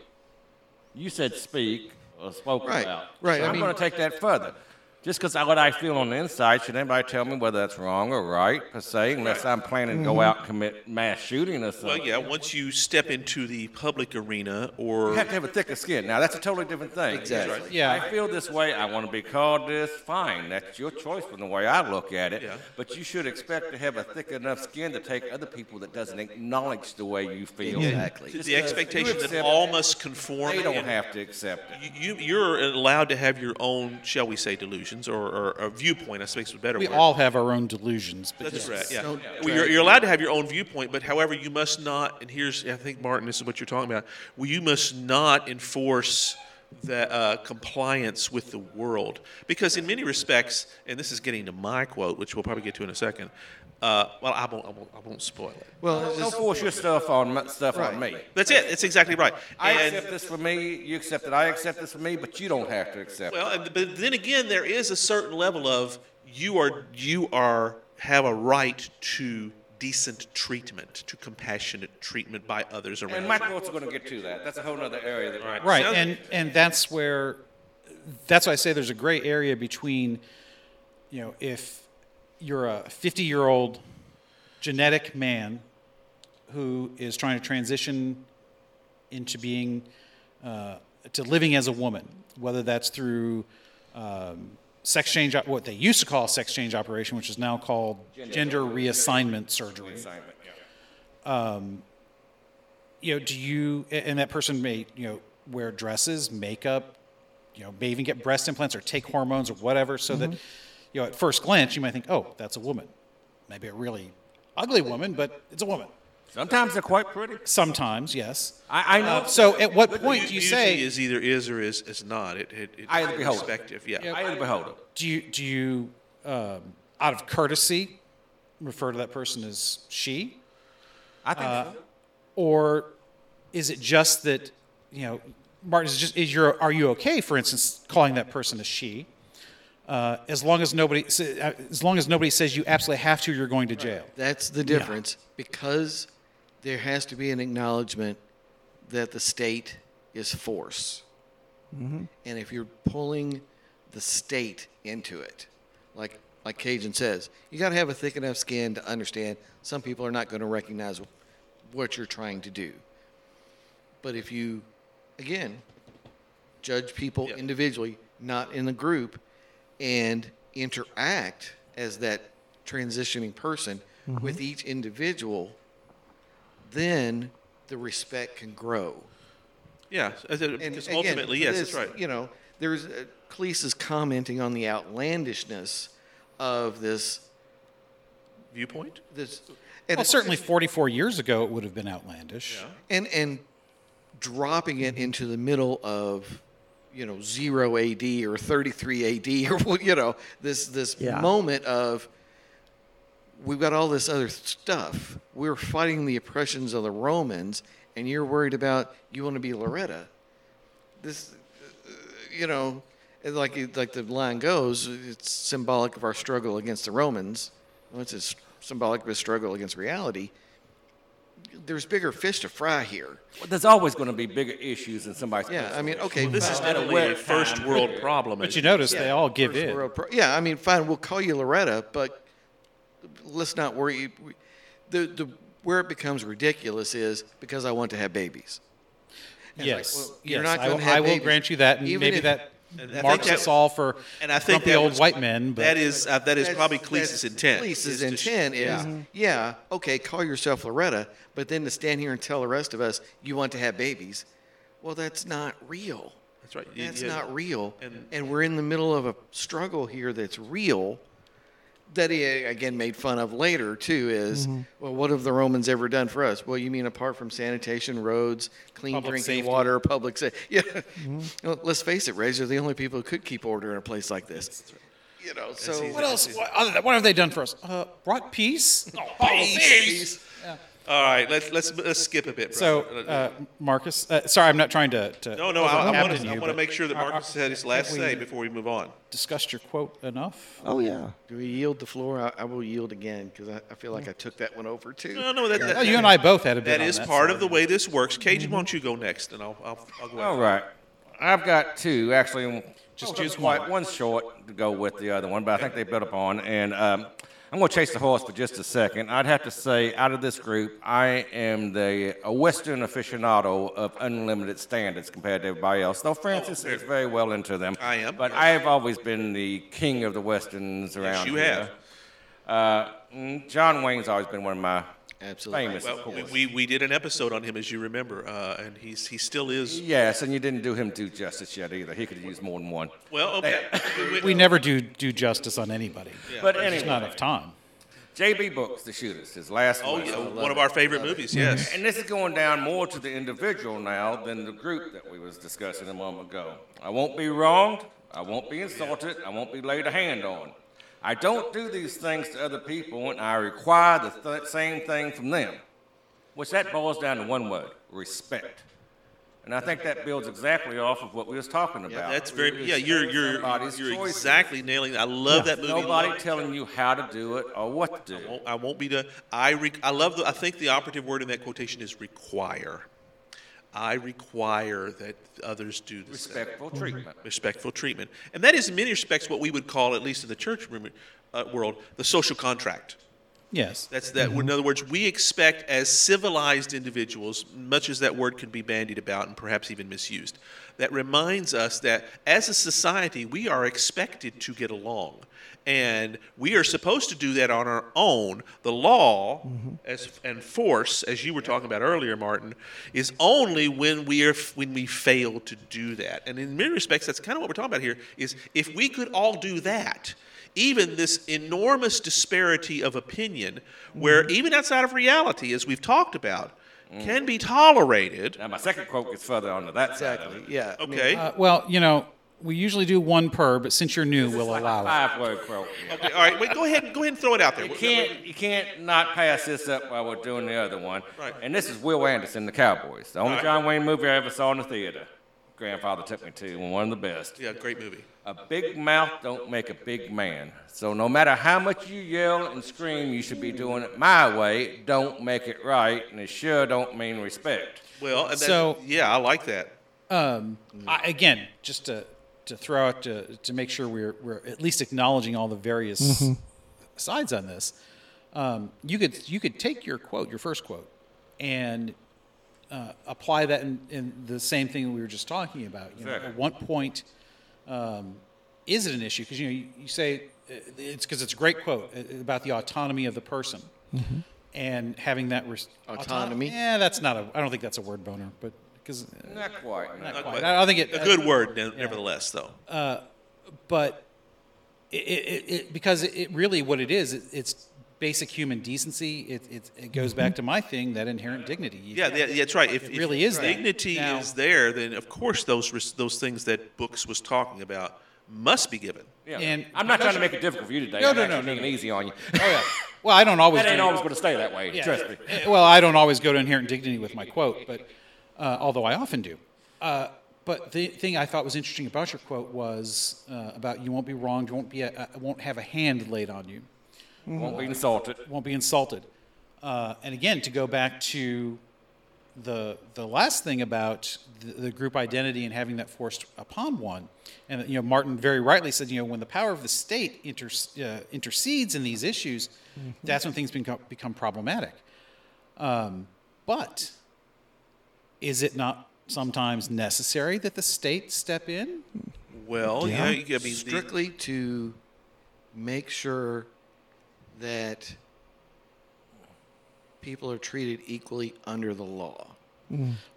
Speaker 5: You said speak or spoke
Speaker 3: Right,
Speaker 5: about.
Speaker 3: right,
Speaker 5: So
Speaker 3: I
Speaker 5: I'm
Speaker 3: mean-
Speaker 5: gonna take that further. Just because what I feel on the inside, should anybody tell me whether that's wrong or right per se, unless I'm planning to
Speaker 3: Mm-hmm.
Speaker 5: go out and commit mass shooting or
Speaker 2: well,
Speaker 5: something?
Speaker 2: yeah. Once you step into the public arena, or
Speaker 5: You have to have a thicker skin. Now that's a totally different thing.
Speaker 3: Exactly.
Speaker 1: Yeah.
Speaker 5: I feel this way. I want to be called this. Fine. That's your choice from the way I look at it.
Speaker 2: Yeah.
Speaker 5: But you should expect to have a thick enough skin to take other people that doesn't acknowledge the way you feel.
Speaker 3: Exactly.
Speaker 1: uh,
Speaker 2: the expectation
Speaker 5: You
Speaker 2: that
Speaker 5: accept-
Speaker 2: all must conform.
Speaker 5: They don't
Speaker 2: and-
Speaker 5: have to accept it.
Speaker 2: You, you're allowed to have your own, shall we say, delusions or, or a viewpoint. I suppose is a better.
Speaker 1: we
Speaker 2: word.
Speaker 1: all have our own delusions but yes.
Speaker 2: That's correct. Yeah,
Speaker 3: Don't
Speaker 2: Well, you're, you're allowed to have your own viewpoint, but however, you must not. And here's, I think, Martin, this is what you're talking about. Well, you must not enforce the uh, compliance with the world, because in many respects, and this is getting to my quote, which we'll probably get to in a second. Uh, well, I won't, I won't, I won't spoil it.
Speaker 3: Well,
Speaker 5: Don't
Speaker 3: it's
Speaker 5: don't
Speaker 3: just-
Speaker 5: force your stuff on my- stuff on me.
Speaker 2: That's it. That's exactly right.
Speaker 5: I
Speaker 2: And-
Speaker 5: accept this for me. You accept it. I accept this for me. But you don't have to accept it.
Speaker 2: Well, and- but then again, there is a certain level of you are you are have a right to decent treatment, to compassionate treatment by others around.
Speaker 5: And my quotes are going to get to that. That's a whole other area. That
Speaker 2: Right.
Speaker 1: right
Speaker 2: Sounds-
Speaker 1: and and that's where that's why i say there's a gray area between you know if you're a 50 year old genetic man who is trying to transition into being uh, to living as a woman, whether that's through um, sex change, op- what they used to call sex change operation, which is now called gender, reassignment surgery. You know, do you a- and that person may you know wear dresses, makeup, you know, may even get breast implants or take hormones or whatever, so that you know at first glance you might think, oh, that's a woman, maybe a really ugly woman, but it's a woman.
Speaker 5: Sometimes they're quite pretty.
Speaker 1: Sometimes, yes.
Speaker 5: I, I know.
Speaker 1: Uh, so at what point do you
Speaker 2: Usually
Speaker 1: say
Speaker 2: is either is or is is not. It it, it
Speaker 5: Either behold.
Speaker 2: perspective. Yeah.
Speaker 5: I had a beholder.
Speaker 1: do you do you um, out of courtesy refer to that person as she Uh,
Speaker 5: I think so.
Speaker 1: or is it just that you know martin is it just is your are you okay for instance calling that person a she uh, as long as nobody s- uh, as long as nobody says you absolutely have to you're going to jail
Speaker 3: That's the difference because there has to be an acknowledgement that the state is force. And if you're pulling the state into it, like like Cajun says, you got to have a thick enough skin to understand some people are not going to recognize what you're trying to do. But if you again judge people
Speaker 2: Yeah.
Speaker 3: individually, not in the group, and interact as that transitioning person
Speaker 1: Mm-hmm.
Speaker 3: with each individual, then the respect can grow.
Speaker 2: Yeah. As it-
Speaker 3: And
Speaker 2: Because
Speaker 3: again,
Speaker 2: ultimately,
Speaker 3: for
Speaker 2: yes,
Speaker 3: this,
Speaker 2: that's right.
Speaker 3: You know, there's uh, Cleese is commenting on the outlandishness of this.
Speaker 2: Viewpoint.
Speaker 3: This, and
Speaker 1: well
Speaker 3: it's-
Speaker 1: certainly 44 years ago it would have been outlandish
Speaker 3: and and dropping it into the middle of you know zero AD or thirty three AD or what you know this this
Speaker 4: Yeah.
Speaker 3: moment of we've got all this other stuff. We're fighting the oppressions of the Romans, and you're worried about you want to be Loretta. This, uh, you know, and like it- like the line goes, it's symbolic of our struggle against the Romans. Once it's symbolic of a struggle against reality. There's bigger fish to fry here.
Speaker 5: Well, There's always going to be bigger issues in somebody's
Speaker 3: Yeah, I mean,
Speaker 5: personal
Speaker 3: okay.
Speaker 2: This is
Speaker 3: fine.
Speaker 2: definitely a first world problem.
Speaker 1: but you notice they all give
Speaker 3: First
Speaker 1: in
Speaker 3: world pro- yeah, I mean, fine. We'll call you Loretta, but let's not worry. We- The the where it becomes ridiculous is because I want to have babies. And it's like,
Speaker 1: yes
Speaker 3: well, you're
Speaker 1: yes,
Speaker 3: not
Speaker 1: I,
Speaker 3: gonna
Speaker 1: will-
Speaker 3: have
Speaker 1: I will
Speaker 3: babies.
Speaker 1: grant you that and
Speaker 3: Even
Speaker 1: maybe
Speaker 3: if-
Speaker 1: that
Speaker 2: And I think
Speaker 1: marks
Speaker 2: that-
Speaker 1: us all for
Speaker 2: And I think
Speaker 1: grumpy
Speaker 2: that
Speaker 1: old
Speaker 2: was-
Speaker 1: white men but
Speaker 2: That is uh, that is
Speaker 3: That's-
Speaker 2: probably
Speaker 3: that's-
Speaker 2: Cleese's intent.
Speaker 3: Cleese's
Speaker 2: is to sh-
Speaker 3: intent is,
Speaker 2: yeah.
Speaker 3: yeah. okay, call yourself Loretta, but then to stand here and tell the rest of us you want to have babies, well, that's not real.
Speaker 2: That's right. You-
Speaker 3: That's
Speaker 2: you-
Speaker 3: not real.
Speaker 2: and-
Speaker 3: And, we're in the middle of a struggle here that's real that he again made fun of later too is well what have the romans ever done for us well you mean apart from sanitation roads clean
Speaker 1: Public
Speaker 3: drinking
Speaker 1: safety.
Speaker 3: water public sa- yeah Well, let's face it reds are the only people who could keep order in a place like this you know so
Speaker 1: What else? What, other than, what have they done for us? Uh, brought peace.
Speaker 2: All right. Let's let's let's skip a bit.
Speaker 1: So,
Speaker 2: brother.
Speaker 1: uh, Marcus, uh, sorry, I'm not trying to. to
Speaker 2: no, no. I, I want
Speaker 1: overcaptain
Speaker 2: to I
Speaker 1: you,
Speaker 2: want to
Speaker 1: but
Speaker 2: make sure that
Speaker 1: are-
Speaker 2: Marcus
Speaker 1: are-
Speaker 2: had his last
Speaker 1: have we
Speaker 2: say before we move on.
Speaker 1: Discussed your quote enough.
Speaker 4: Oh yeah.
Speaker 3: do we yield the floor i, I will yield again because I, I feel like i took that one over too
Speaker 2: No, no. That,
Speaker 1: Oh,
Speaker 2: that,
Speaker 1: you and I both had a bit.
Speaker 2: that is
Speaker 1: on that,
Speaker 2: part
Speaker 1: so-
Speaker 2: of the way this works. Cajun, why don't you go next, and I'll I'll, I'll go.
Speaker 5: All
Speaker 2: after.
Speaker 5: right. I've got two, actually. Just
Speaker 2: Oh,
Speaker 1: choose
Speaker 5: quite one short to go with the other one, but I think they built upon. And um, I'm going to chase the horse for just a second. I'd have to say, out of this group, I am the a Western aficionado of unlimited standards compared to everybody else. Though Francis is very well into them.
Speaker 2: Oh, I am.
Speaker 5: But I have always been the king of the Westerns around
Speaker 2: you
Speaker 5: here.
Speaker 2: have.
Speaker 5: Uh, mm, John Wayne's always been one of my
Speaker 3: Absolutely.
Speaker 5: famous. of
Speaker 2: Well,
Speaker 5: course.
Speaker 2: we, we, we did an episode on him, as you remember, uh, and he's he still is.
Speaker 5: Yes, and you didn't do him due justice yet either. He could have used more than one.
Speaker 2: Well, okay.
Speaker 1: We never do do justice on anybody.
Speaker 5: But
Speaker 1: There's not
Speaker 5: anyway,
Speaker 1: enough time.
Speaker 5: JB Books, The Shooters, his last
Speaker 2: Oh,
Speaker 5: one.
Speaker 2: yeah, one of our favorite movies. Yes.
Speaker 5: And this is going down more to the individual now than the group that we was discussing a moment ago. I won't be wronged. I won't be insulted. I won't be laid a hand on. I don't do these things to other people, and I require the th- same thing from them, which that boils down to one word: respect. And I think that builds exactly off of what we was talking about.
Speaker 2: That's very. Yeah, you're you're
Speaker 5: Somebody's
Speaker 2: you're
Speaker 5: choices.
Speaker 2: exactly nailing. it. I love that movie.
Speaker 5: Nobody telling you how to do it or what to do.
Speaker 2: won't- I won't be done. I re, I love the. I think the operative word in that quotation is require. I require that others do the same.
Speaker 5: Respectful treatment.
Speaker 2: Respectful treatment, and that is in many respects what we would call, at least in the church room, uh, world, the social contract.
Speaker 1: Yes.
Speaker 2: That's that. In other words, we expect as civilized individuals, much as that word could be bandied about and perhaps even misused, that reminds us that as a society, we are expected to get along. And we are supposed to do that on our own. The law as, and force, as you were talking about earlier, Martin, is only when we are when we fail to do that. And in many respects, that's kind of what we're talking about here. Is if we could all do that, even this enormous disparity of opinion, where even outside of reality, as we've talked about, can be tolerated.
Speaker 5: Now, my second quote gets further onto that side of
Speaker 3: Exactly.
Speaker 5: it.
Speaker 3: Yeah. I mean,
Speaker 2: Okay.
Speaker 1: Uh, well, you know, we usually do one per, but since you're new, we'll allow it.
Speaker 5: Five word quote. yeah.
Speaker 2: okay. All right. Wait. Go ahead. Go ahead and throw it out there.
Speaker 5: You can't, you can't not pass this up while we're doing the other one.
Speaker 2: Right.
Speaker 5: And this is Will Anderson, The Cowboys. The only
Speaker 2: Right.
Speaker 5: John Wayne movie I ever saw in the theater. Grandfather took me to, and one of the best.
Speaker 2: Yeah. Great movie.
Speaker 5: A big mouth don't make a big man. So no matter how much you yell and scream, you should be doing it my way. Don't make it right, and it sure don't mean respect.
Speaker 2: Well. And that's,
Speaker 1: So-
Speaker 2: yeah, I like that.
Speaker 1: Um, I, again, just to to throw out to to make sure we're we're at least acknowledging all the various sides on this. Um, you could you could take your quote, your first quote, and uh, apply that in, in the same thing we were just talking about. You know,
Speaker 5: Exactly.
Speaker 1: at one point, um, is it an issue? Because you know you, you say uh, it's because it's a great quote uh, about the autonomy of the person. And having that res- auton-
Speaker 3: Autonomy?
Speaker 1: yeah, that's not a. I don't think that's a word boner, but uh, because
Speaker 5: Not quite.
Speaker 1: not
Speaker 5: No.
Speaker 1: quite. I don't think it.
Speaker 2: A good word, ne- nevertheless, though.
Speaker 1: but it, it, it because it- it really what it is, it, it's basic human decency. It, it, it goes back to my thing that inherent dignity. You-
Speaker 2: Yeah, yeah, that's right. If, if
Speaker 1: really is that.
Speaker 2: dignity
Speaker 1: Now-
Speaker 2: is there, then of course those res- those things that Books was talking about must be given.
Speaker 5: Yeah.
Speaker 1: And-
Speaker 5: I'm not trying to make it difficult for you today.
Speaker 1: No,
Speaker 5: I'm
Speaker 1: no,
Speaker 5: actually
Speaker 1: no, no,
Speaker 5: making it
Speaker 1: no.
Speaker 5: easy on you.
Speaker 1: Oh yeah. Well, I don't always.
Speaker 5: That ain't
Speaker 1: do-
Speaker 5: always going to stay that way.
Speaker 1: Yeah.
Speaker 5: Trust me.
Speaker 1: Eh, Well, I don't always go to inherent dignity with my quote, but uh, although I often do. Uh, but the thing I thought was interesting about your quote was uh, about you won't be wronged, you won't be, a, uh, won't have a hand laid on you.
Speaker 5: Won't be insulted.
Speaker 1: won't be insulted. Uh, and again, to go back to the the last thing about the, the group identity and having that forced upon one, and you know, Martin very rightly said, you know, when the power of the state inter, uh, intercedes in these issues, that's when things become become problematic. Um, but is it not sometimes necessary that the state step in?
Speaker 2: Well, yeah, you I mean, the-
Speaker 3: strictly to make sure that people are treated equally under the law.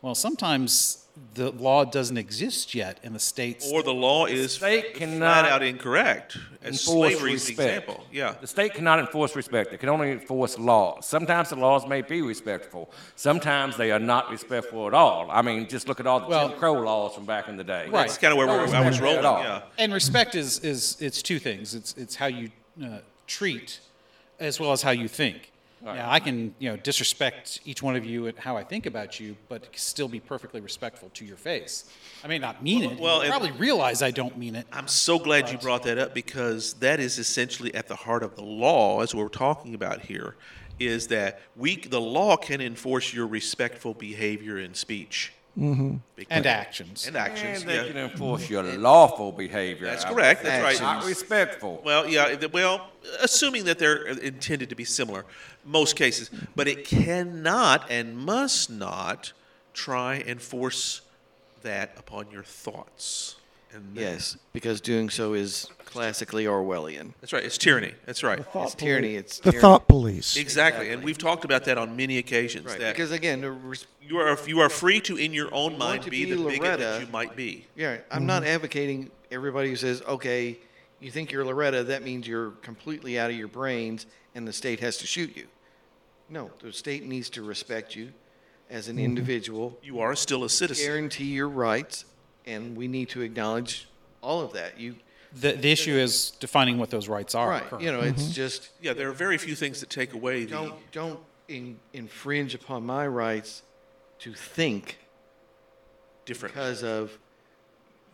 Speaker 1: Well, sometimes the law doesn't exist yet, and the states
Speaker 2: or the law is
Speaker 5: state
Speaker 2: flat
Speaker 5: cannot
Speaker 2: out incorrect. As
Speaker 5: enforce
Speaker 2: slavery's
Speaker 5: respect.
Speaker 2: example, yeah.
Speaker 5: The state cannot enforce respect. It can only enforce laws. Sometimes the laws may be respectful. Sometimes they are not respectful at all. I mean, just look at all the
Speaker 1: Well-
Speaker 5: Jim Crow laws from back in the day.
Speaker 1: Right.
Speaker 2: That's kind of where we're, I was
Speaker 5: Oh, At
Speaker 2: rolling.
Speaker 5: all.
Speaker 2: Yeah.
Speaker 1: And respect is is it's two things. It's it's how you uh, treat, as well as how you think. Now I can you know disrespect each one of you and how I think about you, but still be perfectly respectful to your face. I may not mean it.
Speaker 2: well,
Speaker 1: Well,
Speaker 2: and-
Speaker 1: probably realize I don't mean it.
Speaker 2: I'm so glad you brought that up because that is essentially at the heart of the law, as we're talking about here, is that we the law can enforce your respectful behavior in speech Because-
Speaker 1: And actions.
Speaker 2: and actions.
Speaker 5: Mm-hmm. And they
Speaker 2: yeah.
Speaker 5: can enforce your lawful behavior.
Speaker 2: That's
Speaker 5: I would
Speaker 2: correct.
Speaker 5: say.
Speaker 2: That's right.
Speaker 5: Not respectful.
Speaker 2: Well, yeah. th- Well, assuming that they're uh, intended to be similar, most cases, but it cannot and must not try and force that upon your thoughts. And that-
Speaker 3: Yes, because doing so is classically Orwellian.
Speaker 2: that's right. It's tyranny. That's right.
Speaker 3: It's tyranny. It's
Speaker 4: The
Speaker 3: tyranny.
Speaker 4: thought police.
Speaker 2: Exactly. And we've talked about that on many occasions.
Speaker 3: Right.
Speaker 2: That
Speaker 3: Because again, to res-
Speaker 2: you are you are free to, in your own mind,
Speaker 3: to
Speaker 2: be,
Speaker 3: be
Speaker 2: the bigot that
Speaker 3: Loretta-
Speaker 2: you might be.
Speaker 3: yeah, I'm not advocating everybody who says, okay, you think you're Loretta, that means you're completely out of your brains and the state has to shoot you. No, the state needs to respect you as an individual,
Speaker 2: You are still a citizen.
Speaker 3: guarantee your rights, and we need to acknowledge all of that. You,
Speaker 1: The the issue is defining what those rights are.
Speaker 3: right,
Speaker 1: currently.
Speaker 3: you know, it's just
Speaker 2: Yeah, there are very few things that take away the.
Speaker 3: don't don't in, infringe upon my rights to think
Speaker 2: different.
Speaker 3: because of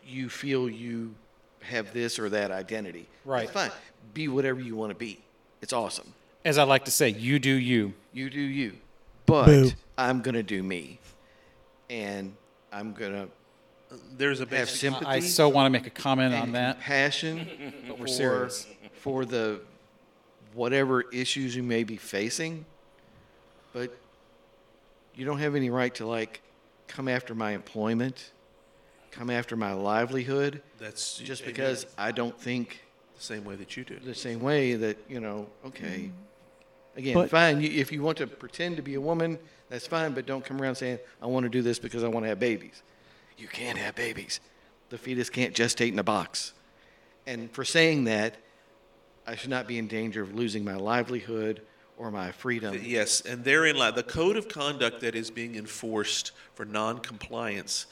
Speaker 3: you feel you have this or that identity.
Speaker 1: Right.
Speaker 3: That's fine. Be whatever you want to be. It's awesome.
Speaker 1: As I like to say, you do you.
Speaker 3: You do you. But
Speaker 4: Boo.
Speaker 3: I'm gonna do me, and I'm gonna
Speaker 2: There's a
Speaker 3: have
Speaker 2: basic.
Speaker 3: sympathy
Speaker 1: I so want to make a comment
Speaker 3: and
Speaker 1: on that.
Speaker 3: compassion
Speaker 1: But we're
Speaker 3: for
Speaker 1: serious.
Speaker 3: for the whatever issues you may be facing, but you don't have any right to like come after my employment, come after my livelihood,
Speaker 2: That's
Speaker 3: just because I don't think
Speaker 2: the same way that you do.
Speaker 3: the same way that you know. Okay, again,
Speaker 4: But-
Speaker 3: fine. You, if you want to pretend to be a woman, that's fine. But don't come around saying I want to do this because I want to have babies. You can't have babies. The fetus can't gestate in a box. And for saying that, I should not be in danger of losing my livelihood or my freedom.
Speaker 2: Yes, and therein lie the code of conduct that is being enforced for non-compliance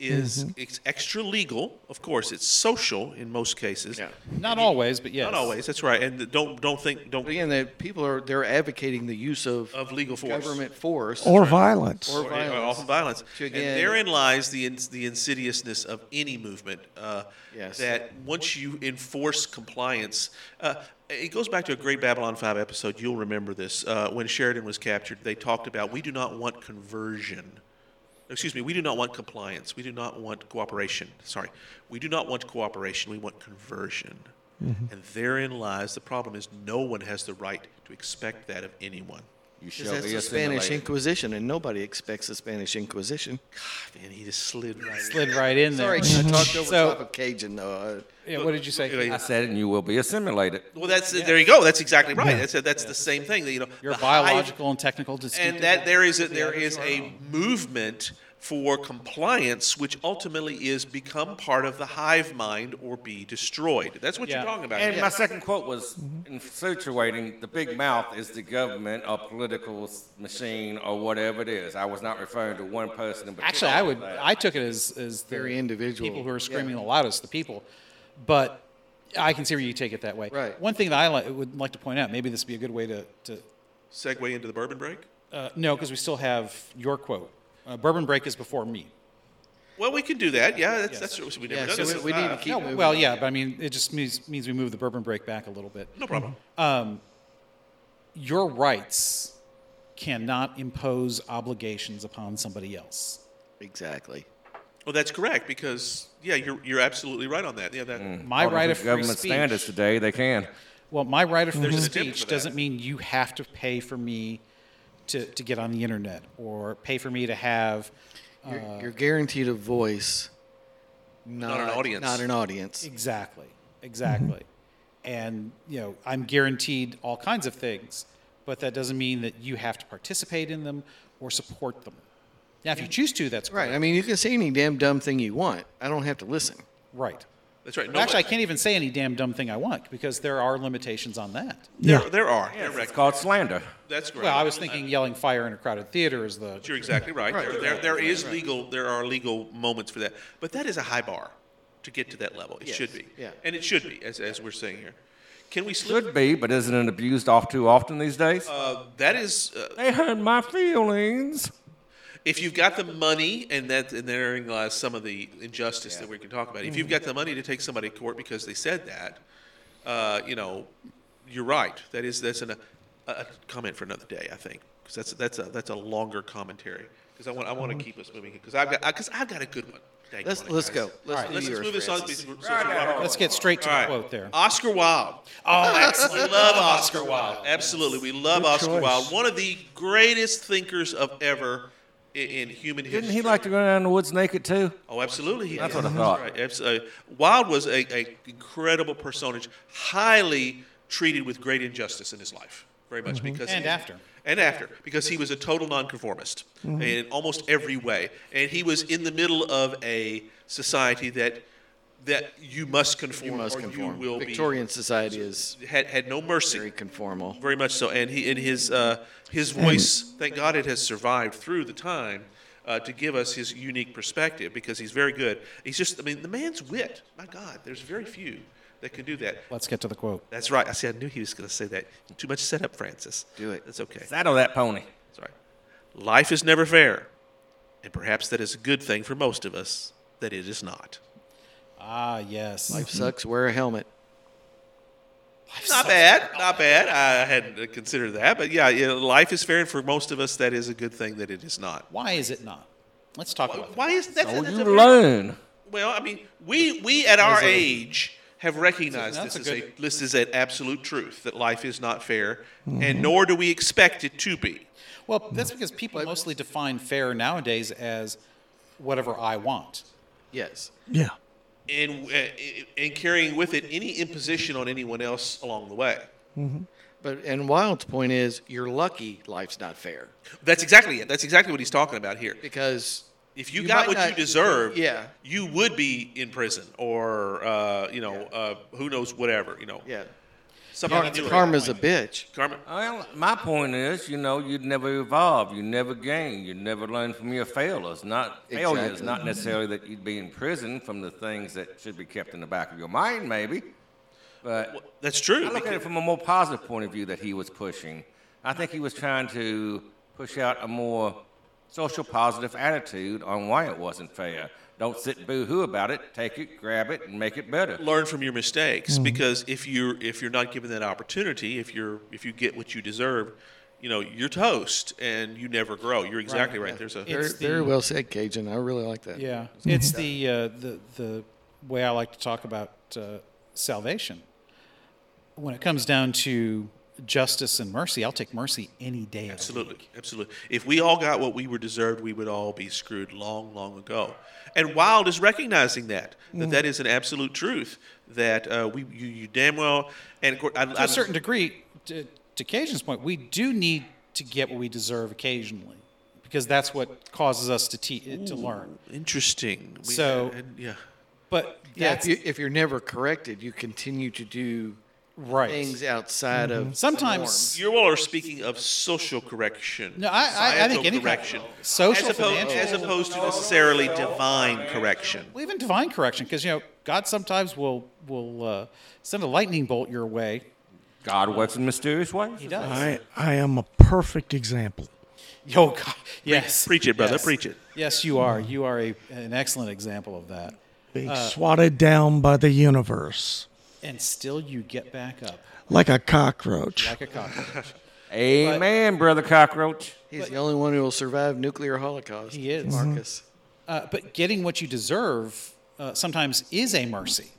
Speaker 2: is it's extra legal. Of course, it's social in most cases.
Speaker 3: Yeah.
Speaker 1: Not always, but yes.
Speaker 2: Not always. That's right. And don't don't think don't
Speaker 3: But again, that people are they're advocating the use of,
Speaker 2: of legal force.
Speaker 3: government force
Speaker 4: or violence.
Speaker 3: or
Speaker 2: Or- or
Speaker 3: violence.
Speaker 2: often violence.
Speaker 3: To again-
Speaker 2: and therein lies the ins- the insidiousness of any movement. Uh,
Speaker 3: Yes.
Speaker 2: That once you enforce compliance, uh, it goes back to a great Babylon Five episode. You'll remember this uh, when Sheridan was captured. They talked about we do not want conversion. Excuse me. We do not want compliance. We do not want cooperation. Sorry, we do not want cooperation. We want conversion. And therein lies the problem: is no one has the right to expect that of anyone.
Speaker 5: You shall
Speaker 3: Because that's
Speaker 5: be
Speaker 3: the Spanish
Speaker 5: assimilated.
Speaker 3: Inquisition, and nobody expects the Spanish Inquisition.
Speaker 2: Man, he just slid right. in.
Speaker 1: Slid right in there.
Speaker 3: Sorry, I talked over
Speaker 1: So-
Speaker 3: top of Cajun though. uh, I-
Speaker 1: Yeah, what did you say?
Speaker 5: I said, and you will be assimilated.
Speaker 2: Well, that's there you go. That's exactly right. That's that's the same thing. That, you know,
Speaker 1: Your
Speaker 2: the hive-
Speaker 1: biological and technical distinct.
Speaker 2: and that there is a, there is a movement for compliance, which ultimately is become part of the hive mind or be destroyed. That's what
Speaker 1: Yeah.
Speaker 2: you're talking about.
Speaker 5: And
Speaker 2: here.
Speaker 5: my second quote was situating the big mouth is the government or political s- machine or whatever it is. I was not referring to one person in particular.
Speaker 1: Actually, I would. I took it as as the
Speaker 3: Very individual.
Speaker 1: people who are screaming the loudest, the people. But I can see where you take it that way.
Speaker 3: Right.
Speaker 1: One thing that I li- would like to point out, maybe this would be a good way to, to
Speaker 2: Segue into the bourbon break.
Speaker 1: uh, no, because we still have your quote. Uh, Bourbon break is before me.
Speaker 2: Well, we can do that. Yeah, that's that's what we
Speaker 3: Yeah,
Speaker 2: never
Speaker 3: so
Speaker 2: done.
Speaker 3: we,
Speaker 2: this.
Speaker 3: we need
Speaker 2: Uh,
Speaker 3: to keep
Speaker 1: No,
Speaker 3: moving.
Speaker 1: well, yeah, but I mean, it just means means we move the bourbon break back a little bit.
Speaker 2: no problem.
Speaker 1: Your rights cannot impose obligations upon somebody else.
Speaker 3: exactly.
Speaker 2: Well, that's correct because yeah, you're you're absolutely right on that. Yeah, that
Speaker 1: My
Speaker 5: According
Speaker 1: right
Speaker 5: to
Speaker 1: of free
Speaker 5: government
Speaker 1: speech.
Speaker 5: standards today, they can.
Speaker 1: Well, my right of free
Speaker 2: There's an attempt for
Speaker 1: speech
Speaker 2: that.
Speaker 1: doesn't mean you have to pay for me to, to get on the internet or pay for me to have.
Speaker 3: You're,
Speaker 1: Uh,
Speaker 3: you're guaranteed a voice, not,
Speaker 2: an audience.
Speaker 3: Not an audience.
Speaker 1: Exactly,
Speaker 2: Mm-hmm.
Speaker 1: exactly. And, you know, I'm guaranteed all kinds of things, but that doesn't mean that you have to participate in them or support them. Now, if you choose to, that's
Speaker 3: Right.
Speaker 1: great.
Speaker 3: I mean, you can say any damn dumb thing you want. I don't have to listen.
Speaker 1: Right.
Speaker 2: that's right. No,
Speaker 1: Actually, I can't even say any damn dumb thing I want because there are limitations on that.
Speaker 2: there,
Speaker 4: Yeah.
Speaker 2: there are. There
Speaker 5: It's
Speaker 2: are-
Speaker 5: called slander.
Speaker 2: That's correct.
Speaker 1: Well, I was thinking yelling fire in a crowded theater is the.
Speaker 2: You're exactly right. There, there, there is legal, there are legal moments for that, but that is a high bar to get to that level. It should be,
Speaker 3: yeah.
Speaker 2: and it should be, as, as we're saying here. Can we slip?
Speaker 5: Should be, but isn't it abused off too often these days?
Speaker 2: Uh, that is, uh,
Speaker 5: they hurt my feelings.
Speaker 2: if you've got the money, and that, and therein lies some of the injustice that we can talk about. If you've got the money to take somebody to court because they said that, uh, you know, you're right. That is, that's an, a, a comment for another day, I think, because that's that's a that's a longer commentary. Because I want I want to keep us moving because I've got because I've got a good one. Dang
Speaker 3: Let's
Speaker 2: on it,
Speaker 3: let's
Speaker 2: guys.
Speaker 3: go. Let's, do
Speaker 2: Let's,
Speaker 3: yours,
Speaker 2: let's move this on.
Speaker 3: Francis.
Speaker 2: So- so- so-
Speaker 1: Let's get straight to
Speaker 2: All
Speaker 1: the
Speaker 2: right.
Speaker 1: quote there.
Speaker 2: Oscar Wilde.
Speaker 1: Oh,
Speaker 2: We
Speaker 1: excellent.
Speaker 2: love Oscar Wilde. Absolutely. We love
Speaker 4: Good
Speaker 2: Oscar
Speaker 4: choice.
Speaker 2: Wilde. One of the greatest thinkers of ever i- in human history.
Speaker 5: Didn't he like to go down in the woods naked too?
Speaker 2: Oh, absolutely. He
Speaker 5: That's
Speaker 2: did.
Speaker 5: what I thought.
Speaker 2: right. Abs- uh, Wilde was a, a incredible personage, highly treated with great injustice in his life, very much because
Speaker 1: And
Speaker 2: he-
Speaker 1: after.
Speaker 2: and after because he was a total nonconformist in almost every way, and he was in the middle of a society that that you must conform
Speaker 3: You must
Speaker 2: or
Speaker 3: conform.
Speaker 2: you will
Speaker 3: Victorian society is
Speaker 2: be had had no mercy
Speaker 3: very conformal.
Speaker 2: very much so. And he, in his uh, his voice, thank God it has survived through the time uh, to give us his unique perspective because he's very good. He's just, I mean, the man's wit. My God, there's very few that can do that.
Speaker 1: Let's get to the quote.
Speaker 2: That's right. I see. I knew he was going to say that. Too much setup, Francis.
Speaker 3: Do it.
Speaker 2: That's okay.
Speaker 5: Saddle that pony.
Speaker 2: Sorry. Life is never fair, and perhaps that is a good thing for most of us that it is not.
Speaker 1: Ah, yes.
Speaker 3: Life sucks. Wear a helmet.
Speaker 2: Not bad, not bad. I hadn't uh, considered that, but yeah, you know, life is fair, and for most of us, that is a good thing that it is not.
Speaker 1: Why is it not? Let's talk about that.
Speaker 2: Why is that?
Speaker 5: Oh,
Speaker 2: that's
Speaker 5: you
Speaker 2: a very-
Speaker 5: learn.
Speaker 2: Well, I mean, we we at our age have recognized
Speaker 1: That's
Speaker 2: this
Speaker 1: a
Speaker 2: is a
Speaker 1: good-
Speaker 2: this is an absolute truth that life is not fair,
Speaker 1: Mm-hmm.
Speaker 2: and nor do we expect it to be.
Speaker 1: Well, that's because people mostly define fair nowadays as whatever I want.
Speaker 3: Yes.
Speaker 4: Yeah.
Speaker 2: and uh, and carrying with it any imposition on anyone else along the way.
Speaker 3: But and Wild's point is you're lucky life's not fair
Speaker 2: That's exactly it. That's exactly what he's talking about here.
Speaker 3: because
Speaker 2: If you,
Speaker 3: You
Speaker 2: got
Speaker 3: might
Speaker 2: what you
Speaker 3: not-
Speaker 2: deserved,
Speaker 3: yeah.
Speaker 2: you would be in prison or uh, you know uh, who knows whatever you know.
Speaker 3: yeah,
Speaker 2: Something
Speaker 3: Car-
Speaker 2: to do with it.
Speaker 3: karma's a bitch.
Speaker 2: Karma.
Speaker 5: Well, my point is, you know, you never evolve, you never gain, you never learn from your failures. Not failures,
Speaker 3: Exactly.
Speaker 5: not necessarily that you'd be in prison from the things that should be kept in the back of your mind, maybe. But
Speaker 2: Well, that's true.
Speaker 5: I look at it from a more positive point of view that he was pushing. I think he was trying to push out a more social positive attitude on why it wasn't fair. Don't sit boo hoo about it. Take it, grab it, and make it better.
Speaker 2: learn from your mistakes
Speaker 3: Mm-hmm.
Speaker 2: because if you're if you're not given that opportunity, if you're if you get what you deserve, you know you're toast and you never grow. You're exactly right. There's a
Speaker 3: Very,
Speaker 1: It's the-
Speaker 3: very well said, Cajun. I really like that.
Speaker 1: Yeah, it's the uh, the the way I like to talk about uh, salvation. When it comes down to justice and mercy, I'll take mercy any day. of the
Speaker 2: Absolutely,
Speaker 1: week.
Speaker 2: absolutely. If we all got what we were deserved, we would all be screwed long, long ago. And Wilde is recognizing that
Speaker 1: Mm.
Speaker 2: that that is an absolute truth. That uh, we you, you damn well and of course, I,
Speaker 1: To a certain degree, to, to Cajun's point, we do need to get what we deserve occasionally, because that's what causes us to te- to learn.
Speaker 2: interesting. We- uh,
Speaker 1: So-
Speaker 2: and- yeah,
Speaker 1: But
Speaker 3: Yeah,
Speaker 1: that's
Speaker 3: if, you, if you're never corrected, you continue to do
Speaker 1: right. Mm-hmm.
Speaker 3: things outside of the
Speaker 1: Sometimes
Speaker 2: you all are speaking of social correction.
Speaker 1: No, I- I- I
Speaker 2: societal
Speaker 1: think any kind-
Speaker 2: correction,
Speaker 1: social,
Speaker 2: as opposed,
Speaker 1: financial.
Speaker 2: as opposed to necessarily divine correction.
Speaker 1: Well, even divine correction, because you know God sometimes will will uh, send a lightning bolt your way.
Speaker 5: God works in mysterious ways.
Speaker 1: He does.
Speaker 4: I I am a perfect example.
Speaker 1: Yo, God. yes.
Speaker 2: Preach it, brother.
Speaker 1: Yes.
Speaker 2: Preach it.
Speaker 1: Yes, you are. You are a, an excellent example of that.
Speaker 4: Being swatted down by the universe
Speaker 1: And still, you get back up
Speaker 4: like a cockroach.
Speaker 1: like a cockroach.
Speaker 5: Amen, brother cockroach.
Speaker 3: He's the only one who will survive nuclear holocaust.
Speaker 1: He is.
Speaker 3: Marcus.
Speaker 1: uh, but getting what you deserve uh, sometimes is a mercy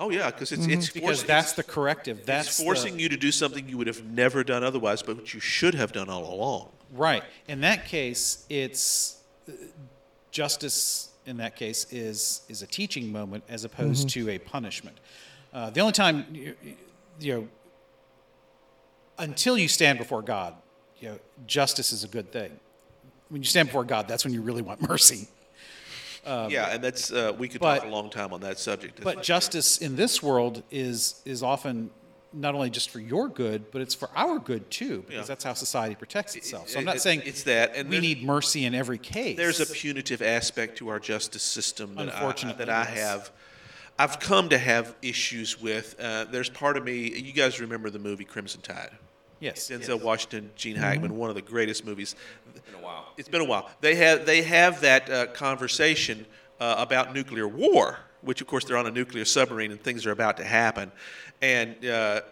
Speaker 2: Oh yeah, because it's it's
Speaker 1: Mm-hmm, because
Speaker 2: forcing-
Speaker 1: that's the corrective. That's
Speaker 2: it's forcing
Speaker 1: the,
Speaker 2: you to do something you would have never done otherwise, but which you should have done all along.
Speaker 1: right. In that case, it's uh, justice. In that case, is is a teaching moment as opposed to a punishment. Uh, the only time you, you know until you stand before God, you know, justice is a good thing. When you stand before God, that's when you really want mercy.
Speaker 2: yeah, and that's uh, we could
Speaker 1: but-
Speaker 2: talk a long time on that subject.
Speaker 1: But justice in this world is is often not only just for your good, but it's for our good too, because
Speaker 2: Yeah.
Speaker 1: that's how society protects itself. So I'm
Speaker 2: it-
Speaker 1: not
Speaker 2: it-
Speaker 1: saying
Speaker 2: it's that, and
Speaker 1: we
Speaker 2: there's-
Speaker 1: need mercy in every case.
Speaker 2: there's a punitive aspect to our justice system that I,
Speaker 1: Unfortunately,
Speaker 2: that I
Speaker 1: yes.
Speaker 2: have. I've come to have issues with. Uh, there's part of me. You guys remember the movie Crimson Tide?
Speaker 1: yes. Mm-hmm.
Speaker 2: Denzel Washington, Gene Hackman, one of the greatest movies.
Speaker 5: Been a while.
Speaker 2: It's been a while. They have they have that uh, conversation uh, about nuclear war, which of course they're on a nuclear submarine and things are about to happen. And uh,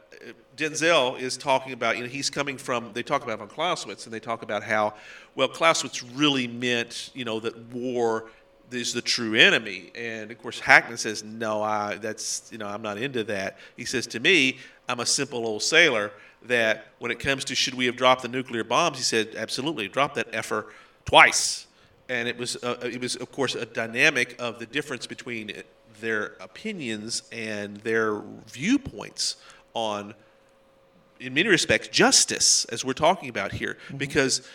Speaker 2: Denzel is talking about you know he's coming from they talk about von Clausewitz and they talk about how well Clausewitz really meant you know that war is the true enemy. And of course, Hackman says, "No, I that's you know I'm not into that." He says to me, "I'm a simple old sailor." That when it comes to should we have dropped the nuclear bombs, he said, "Absolutely, drop that effer twice." And it was uh, it was of course a dynamic of the difference between their opinions and their viewpoints on in many respects, justice, as we're talking about here, because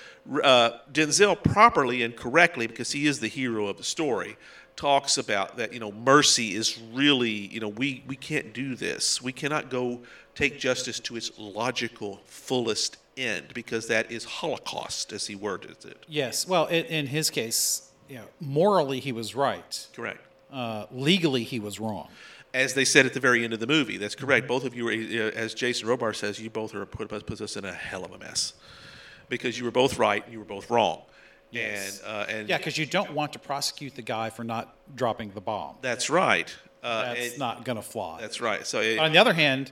Speaker 2: uh, Denzel properly and correctly, because he is the hero of the story, talks about that, you know, mercy is really, you know, we, we can't do this. We cannot go take justice to its logical, fullest end, because that is Holocaust, as he worded it.
Speaker 1: Yes. Well, in, in his case, you know, morally he was right.
Speaker 2: Correct.
Speaker 1: Uh, legally he was wrong.
Speaker 2: As they said at the very end of the movie, that's
Speaker 1: Mm-hmm.
Speaker 2: correct. Both of you, were, uh, as Jason Robar says, you both are put us puts us in a hell of a mess because you were both right and you were both wrong.
Speaker 1: Yes.
Speaker 2: And uh, and
Speaker 1: Yeah, because you don't want to prosecute the guy for not dropping the bomb.
Speaker 2: That's right. Uh,
Speaker 1: That's
Speaker 2: it-
Speaker 1: not going to fly.
Speaker 2: That's right. So it,
Speaker 1: On the other hand,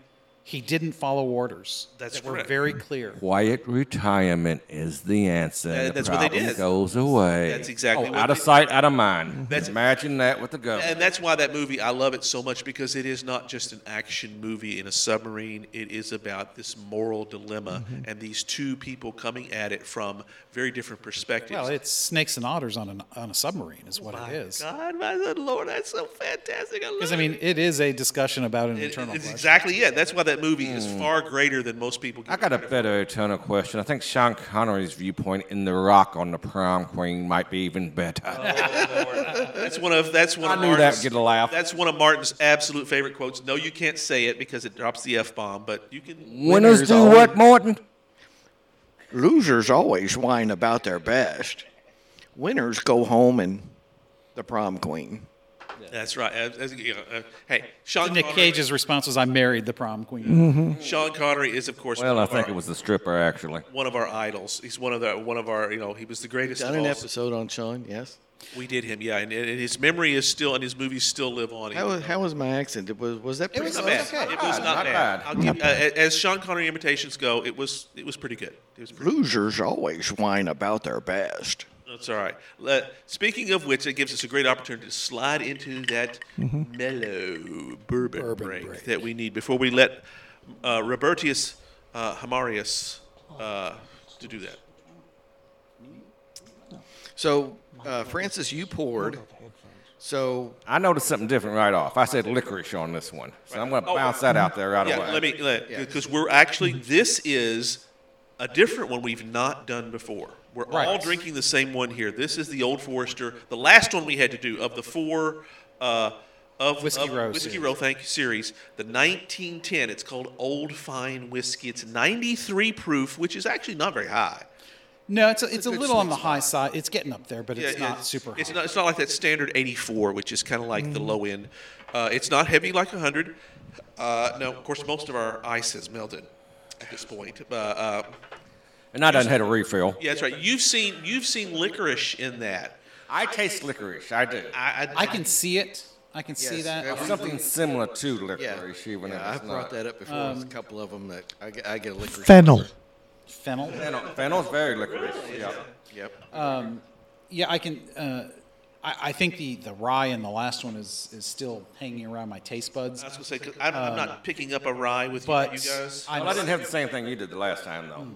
Speaker 1: He didn't follow orders.
Speaker 2: That's
Speaker 1: that were
Speaker 2: correct.
Speaker 1: very clear.
Speaker 5: Quiet retirement is the answer. and
Speaker 2: Uh,
Speaker 5: the
Speaker 2: that's what they
Speaker 5: problem
Speaker 2: did.
Speaker 5: Goes away.
Speaker 2: That's exactly
Speaker 5: oh,
Speaker 2: what
Speaker 5: out of
Speaker 2: they-
Speaker 5: sight, out of mind.
Speaker 2: That's-
Speaker 5: Imagine that with the government.
Speaker 2: And that's why that movie, I love it so much because it is not just an action movie in a submarine. It is about this moral dilemma
Speaker 1: Mm-hmm.
Speaker 2: and these two people coming at it from very different perspectives.
Speaker 1: Well, it's snakes and otters on an, on a submarine is what it is.
Speaker 2: God, my Lord, that's so fantastic. I love
Speaker 1: Because I mean,
Speaker 2: it.
Speaker 1: it is a discussion about an
Speaker 2: It-
Speaker 1: eternal
Speaker 2: it's
Speaker 1: question.
Speaker 2: exactly it. That's why that movie is far greater than most people.
Speaker 5: I got a better eternal question. I think Sean Connery's viewpoint in The Rock on the Prom Queen might be even better.
Speaker 2: Oh. That's one of that's one.
Speaker 5: I
Speaker 2: of
Speaker 5: knew that would
Speaker 2: Martin's,
Speaker 5: get a laugh.
Speaker 2: That's one of Martin's absolute favorite quotes. No, you can't say it because it drops the f bomb, but you can.
Speaker 5: Winners
Speaker 3: Winners
Speaker 5: do
Speaker 3: always-
Speaker 5: what, Morton?
Speaker 1: Mm-hmm.
Speaker 3: Losers always whine about their best. Winners go home and the prom queen.
Speaker 2: That's right. Uh, that's- yeah, uh, hey, Sean
Speaker 1: Nick
Speaker 2: Connery,
Speaker 1: Cage's response was, "I married the prom queen."
Speaker 2: Sean Connery is of course.
Speaker 5: Well,
Speaker 2: one
Speaker 5: I
Speaker 2: of
Speaker 5: think
Speaker 2: our-
Speaker 5: it was the stripper, actually.
Speaker 2: one of our idols. He's one of the one of our. You know, he was the greatest.
Speaker 3: Done
Speaker 2: of
Speaker 3: an
Speaker 2: all.
Speaker 3: episode on Sean, yes.
Speaker 2: We did him, yeah, and, and his memory is still, and his movies still live on.
Speaker 3: How was, how was my accent? It was was that pretty
Speaker 2: It was not
Speaker 3: close?
Speaker 2: bad. It was
Speaker 5: bad,
Speaker 2: not
Speaker 5: not
Speaker 2: bad.
Speaker 5: bad.
Speaker 2: I'll give- uh, as Sean Connery imitations go, it was it was pretty good. It was pretty
Speaker 3: Losers always whine about their best.
Speaker 2: That's all right. Uh, speaking of which, it gives us a great opportunity to slide into that mellow Mm-hmm. bourbon, break, that we need before we let uh, Robertius uh, Hamarius uh, to do that.
Speaker 3: So, uh, Francis, you poured. So,
Speaker 5: I noticed something different right off. I said licorice on this one. So I'm going to
Speaker 2: Oh,
Speaker 5: bounce that out there right
Speaker 2: yeah,
Speaker 5: away.
Speaker 2: let me
Speaker 3: Yeah.
Speaker 2: because we're actually this is a different one we've not done before. We're all
Speaker 1: Right.
Speaker 2: drinking the same one here. This is the Old Forester, the last one we had to do of the four uh, of
Speaker 1: Whiskey
Speaker 2: of
Speaker 1: Row
Speaker 2: Whiskey
Speaker 1: series.
Speaker 2: Row, thank you, series. The 1910. It's called Old Fine Whiskey. It's 93 proof, which is actually not very high.
Speaker 1: No, it's a, it's, a, little on the high side. It's getting up there, but it's
Speaker 2: Yeah,
Speaker 1: not
Speaker 2: it's-
Speaker 1: super high.
Speaker 2: It's not, it's not like that standard 84, which is kind of like the low end. Uh, it's not heavy like 100. Uh, now, of course, most of our ice has melted at this point. Uh, uh,
Speaker 5: And I done had a refill.
Speaker 2: yeah, that's right. You've seen you've seen licorice in that.
Speaker 5: I taste licorice. I do.
Speaker 2: I,
Speaker 1: I can see it. I can see
Speaker 3: Yes.
Speaker 1: that.
Speaker 3: Yeah,
Speaker 5: Something similar to
Speaker 3: yeah,
Speaker 5: licorice, even
Speaker 3: yeah,
Speaker 5: if
Speaker 3: I
Speaker 5: it's
Speaker 3: brought
Speaker 5: not.
Speaker 3: that up before. with a
Speaker 1: Um,
Speaker 3: couple of them that I get, I get a liquor.
Speaker 4: Fennel.
Speaker 1: Fennel.
Speaker 5: Fennel, fennel's very licorice. Yeah.
Speaker 3: Yep.
Speaker 1: Yeah, I can. Uh, I, I think the, the rye in the last one is, is still hanging around my taste buds.
Speaker 2: I was gonna say 'cause I'm, I'm not picking up a rye with you-
Speaker 1: But
Speaker 2: you guys.
Speaker 1: I'm,
Speaker 5: Well, I didn't have the same thing you did the last time, though.
Speaker 1: Mm.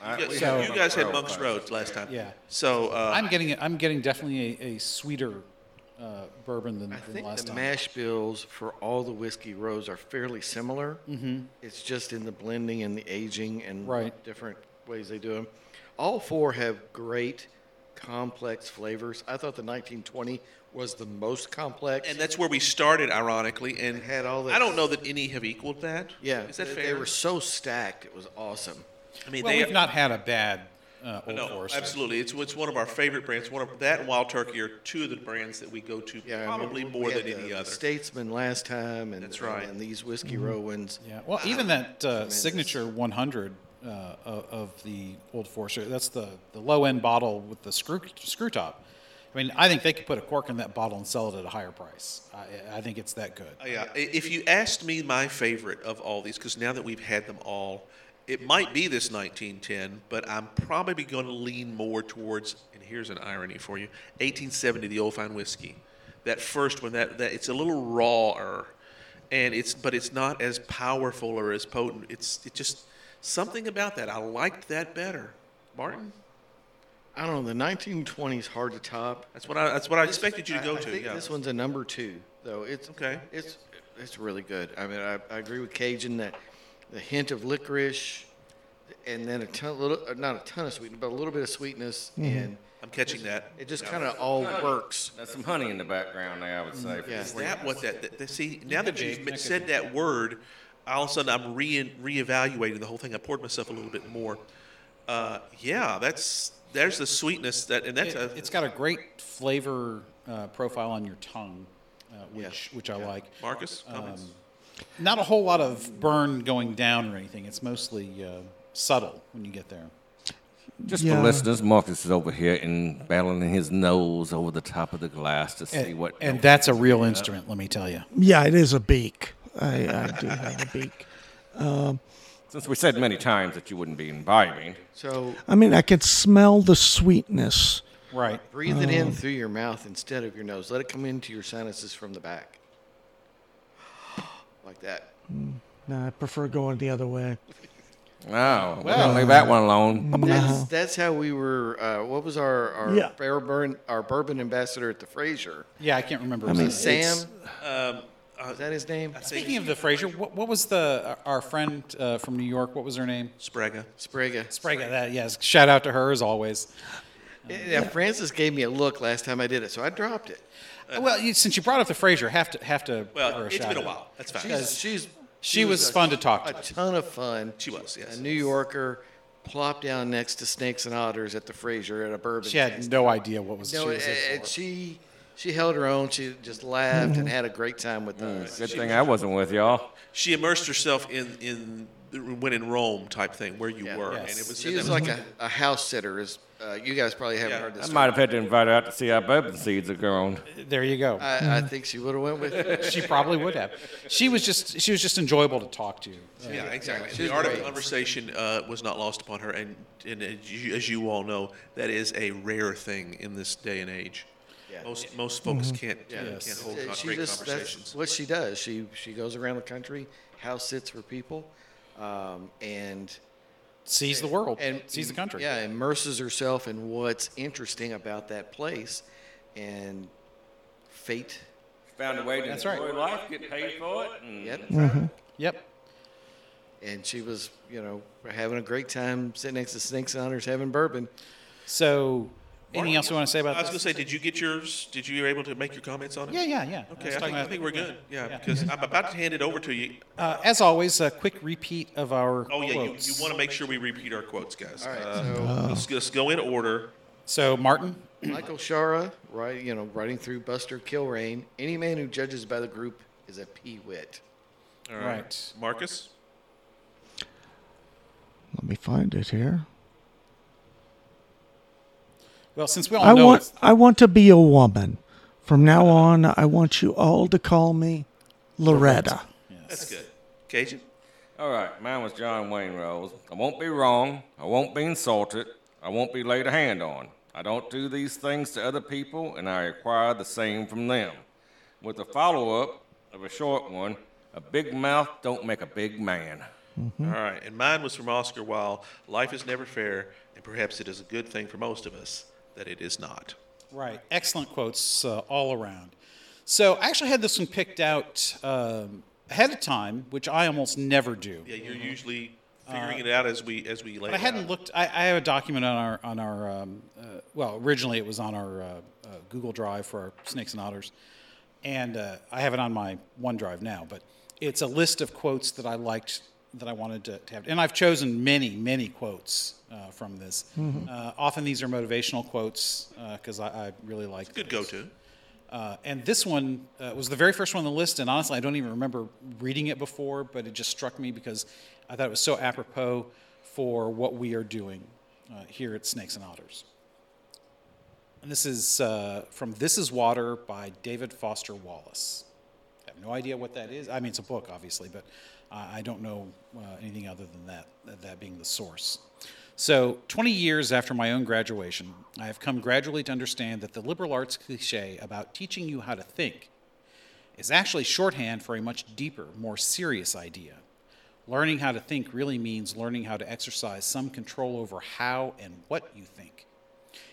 Speaker 5: I-
Speaker 2: Yeah,
Speaker 5: we
Speaker 2: so
Speaker 5: had
Speaker 2: you guys had
Speaker 5: Road
Speaker 2: Monk's
Speaker 5: first.
Speaker 2: Road last time.
Speaker 1: Yeah.
Speaker 2: So uh,
Speaker 1: I'm getting it. I'm getting definitely a, a sweeter uh, bourbon than,
Speaker 3: I
Speaker 1: than
Speaker 3: think
Speaker 1: last
Speaker 3: the
Speaker 1: time.
Speaker 3: mash bills for all the whiskey rows are fairly similar. Mm-hmm. It's just in the blending and the aging and
Speaker 1: Right.
Speaker 3: different ways they do them. All four have great complex flavors. I thought the 1920 was the most complex.
Speaker 2: and that's where we started, ironically. And
Speaker 3: Had all this-
Speaker 2: I don't know that any have equaled that.
Speaker 3: yeah,
Speaker 2: Is that
Speaker 3: they,
Speaker 2: fair?
Speaker 3: they were so stacked. It was awesome.
Speaker 2: I mean,
Speaker 1: well,
Speaker 2: they
Speaker 1: we've not had a bad uh, Old
Speaker 2: No,
Speaker 1: Forester.
Speaker 2: absolutely. It's, it's one of our favorite brands. One of that and Wild Turkey are two of the brands that we go to
Speaker 3: Yeah, I mean,
Speaker 2: probably
Speaker 3: we
Speaker 2: more
Speaker 3: had
Speaker 2: than
Speaker 3: the-
Speaker 2: any
Speaker 3: the
Speaker 2: other.
Speaker 3: Statesman last time, and
Speaker 2: That's right.
Speaker 3: And these whiskey row ones.
Speaker 1: Mm-hmm. Yeah. Well, even that uh, signature 100 uh, o- of the Old Forester, that's the, the low end bottle with the screw screw top. I mean, I think they could put a cork in that bottle and sell it at a higher price. I, I think it's that good.
Speaker 2: Uh, yeah. I- If you asked me my favorite of all these, because now that we've had them all, it might be this 1910, but I'm probably going to lean more towards. And here's an irony for you: 1870, the Old Fine Whiskey. That first one, that, that it's a little rawer, and it's but it's not as powerful or as potent. It's it just something about that. I liked that better, Martin.
Speaker 3: I don't know. The 1920 is hard to top.
Speaker 2: That's what I. That's what I expected you to
Speaker 3: I-
Speaker 2: go
Speaker 3: I
Speaker 2: to.
Speaker 3: think
Speaker 2: yeah.
Speaker 3: this one's a number two, though. It's
Speaker 2: Okay.
Speaker 3: It's it's really good. I mean, I, I agree with Cajun that the hint of licorice, and then a ton, little uh, not a ton of sweetness, but a little bit of sweetness, and
Speaker 2: I'm catching that.
Speaker 3: it just kind of all works.
Speaker 5: There's some honey in the background there, I would say.
Speaker 3: Yeah.
Speaker 2: Is that what that? that, that- see, now that you've m- said that word, all of a sudden I'm re reevaluating the whole thing. I poured myself a little bit more. Uh, yeah, that's there's the sweetness that, and that's
Speaker 1: It,
Speaker 2: a,
Speaker 1: has got a great flavor uh, profile on your tongue, uh, which which I like.
Speaker 2: Marcus
Speaker 1: um,
Speaker 2: comments.
Speaker 1: Not a whole lot of burn going down or anything. It's mostly uh, subtle when you get there.
Speaker 5: Just
Speaker 4: Yeah.
Speaker 5: for listeners, Marcus is over here and battling his nose over the top of the glass to see
Speaker 1: And,
Speaker 5: what.
Speaker 1: and that's a real instrument, let me tell you.
Speaker 4: Yeah, it is a beak. I, I do have a beak.
Speaker 5: Since we said many times that you wouldn't be imbibing,
Speaker 3: So
Speaker 4: I mean, I can smell the sweetness.
Speaker 1: Right.
Speaker 3: breathe it in through your mouth instead of your nose. Let it come into your sinuses from the back. Like that.
Speaker 4: No, I prefer going the other way.
Speaker 5: oh, well, leave that one alone.
Speaker 1: mm.
Speaker 3: That's, that's how we were. Uh, what was our our,
Speaker 4: Yeah.
Speaker 3: bourbon, our bourbon ambassador at the Fraser?
Speaker 1: Yeah, I can't remember.
Speaker 4: mean,
Speaker 1: his name.
Speaker 3: Sam.
Speaker 1: It's-
Speaker 3: um, uh, is that his name?
Speaker 1: Speaking of the Fraser, what, what was the our friend uh, from New York? What was her name?
Speaker 2: Spraga.
Speaker 3: Spraga.
Speaker 1: Sprague. That yes. Shout out to her as always.
Speaker 3: Yeah, Francis gave me a look last time I did it, so I dropped it.
Speaker 1: well, you, since you brought up the Fraser, have to have to. give
Speaker 2: Uh, Well,
Speaker 1: her a
Speaker 2: it's
Speaker 1: shout
Speaker 2: been a
Speaker 1: out.
Speaker 2: while. That's fine.
Speaker 3: She's, she's
Speaker 1: She was fun to talk
Speaker 3: a
Speaker 1: to.
Speaker 3: ton of fun.
Speaker 2: She was, yes.
Speaker 3: A New Yorker plopped down next to snakes and otters at the Fraser at a bourbon.
Speaker 1: She had
Speaker 3: tasting.
Speaker 1: no idea what was. she
Speaker 3: No,
Speaker 1: was there
Speaker 3: and
Speaker 1: for.
Speaker 3: she she held her own. She just laughed and had a great time with
Speaker 1: Mm-hmm.
Speaker 3: us.
Speaker 5: Good thing I wasn't with y'all.
Speaker 2: she immersed herself in in the, when in Rome type thing where you were,
Speaker 1: Yes.
Speaker 2: and it was
Speaker 3: She was like a, a house sitter. Is uh, you guys probably haven't
Speaker 2: Yeah.
Speaker 3: heard this?
Speaker 5: I
Speaker 3: story.
Speaker 5: might have had to invite her out to see how bourbon seeds are grown.
Speaker 1: There you go.
Speaker 3: I, I think she would have went with. It.
Speaker 1: she probably would have. She was just she was just enjoyable to talk to.
Speaker 2: yeah, exactly.
Speaker 3: She was
Speaker 2: the art of
Speaker 3: great.
Speaker 2: conversation uh, was not lost upon her, and and as you, as you all know, that is a rare thing in this day and age.
Speaker 3: Yeah.
Speaker 2: Most most folks
Speaker 1: Mm-hmm.
Speaker 2: can't can't
Speaker 3: Yes.
Speaker 2: hold
Speaker 3: Uh,
Speaker 2: con-
Speaker 3: she
Speaker 2: great
Speaker 3: just- that's
Speaker 2: conversations.
Speaker 3: what she does. She she goes around the country, house sits for people, um, and
Speaker 1: Sees the world
Speaker 3: and
Speaker 1: and sees the country.
Speaker 3: Yeah, immerses herself in what's interesting about that place, and fate.
Speaker 5: Found a way to
Speaker 1: That's right.
Speaker 5: enjoy life, get paid for it, and
Speaker 3: Yep.
Speaker 1: Mm-hmm. Yep.
Speaker 3: And she was, you know, having a great time sitting next to snakes and otters having bourbon.
Speaker 1: So, anything else you want to say about
Speaker 2: I was
Speaker 1: that?
Speaker 2: gonna say, did you get yours? Did you were able to make your comments on it?
Speaker 1: yeah, yeah, yeah. I
Speaker 2: Okay, I
Speaker 1: was
Speaker 2: think,
Speaker 1: talking
Speaker 2: I
Speaker 1: about-
Speaker 2: think we're good. Yeah, because I'm about to hand it over to you.
Speaker 1: Uh, as always, a quick repeat of our
Speaker 2: Oh yeah, you,
Speaker 1: quotes. Oh.
Speaker 2: you want to make sure we repeat our quotes, guys.
Speaker 3: All right,
Speaker 2: Uh,
Speaker 3: so
Speaker 2: let's, let's go in order.
Speaker 1: so Martin,
Speaker 3: Michael Shara, right, you know, writing through Buster Kilrain. Any man who judges by the group is a pee wit.
Speaker 2: All
Speaker 1: Right.
Speaker 2: Marcus.
Speaker 4: Let me find it here.
Speaker 1: well, since we all
Speaker 4: I
Speaker 1: know
Speaker 4: want
Speaker 1: Oh, it's-
Speaker 4: I want to be a woman. From now on, I want you all to call me Loretta.
Speaker 2: That's good. Cajun.
Speaker 5: All right, mine was John Wayne Rose. I won't be wrong. I won't be insulted. I won't be laid a hand on. I don't do these things to other people, and I require the same from them. With a follow up of a short one, a big mouth don't make a big man.
Speaker 2: All right, and mine was from Oscar Wilde. Life is never fair, and perhaps it is a good thing for most of us that it is not.
Speaker 1: Right. Excellent quotes uh, all around. So I actually had this one picked out um, ahead of time, which I almost never do.
Speaker 2: Yeah, you're usually figuring it out as we as we
Speaker 1: Mm-hmm. Uh,
Speaker 2: lay.
Speaker 1: But I
Speaker 2: it
Speaker 1: hadn't
Speaker 2: out.
Speaker 1: looked. I, I have a document on our on our. Um, uh, well, originally it was on our uh, uh, Google Drive for our snakes and otters, and uh, I have it on my OneDrive now. But it's a list of quotes that I liked that I wanted to, to have, and I've chosen many many quotes uh, from this. Uh, often these are motivational quotes because I, I really like.
Speaker 2: Good
Speaker 1: those.
Speaker 2: go-to.
Speaker 1: Uh, and this one uh, was the very first one on the list, and honestly, I don't even remember reading it before, but it just struck me because I thought it was so apropos for what we are doing uh, here at Snakes and Otters. And this is uh, from This Is Water by David Foster Wallace. I have no idea what that is. I mean, it's a book, obviously, but I I don't know uh, anything other than that, that- that being the source. So, 20 years after my own graduation, I have come gradually to understand that the liberal arts cliche about teaching you how to think is actually shorthand for a much deeper, more serious idea. Learning how to think really means learning how to exercise some control over how and what you think.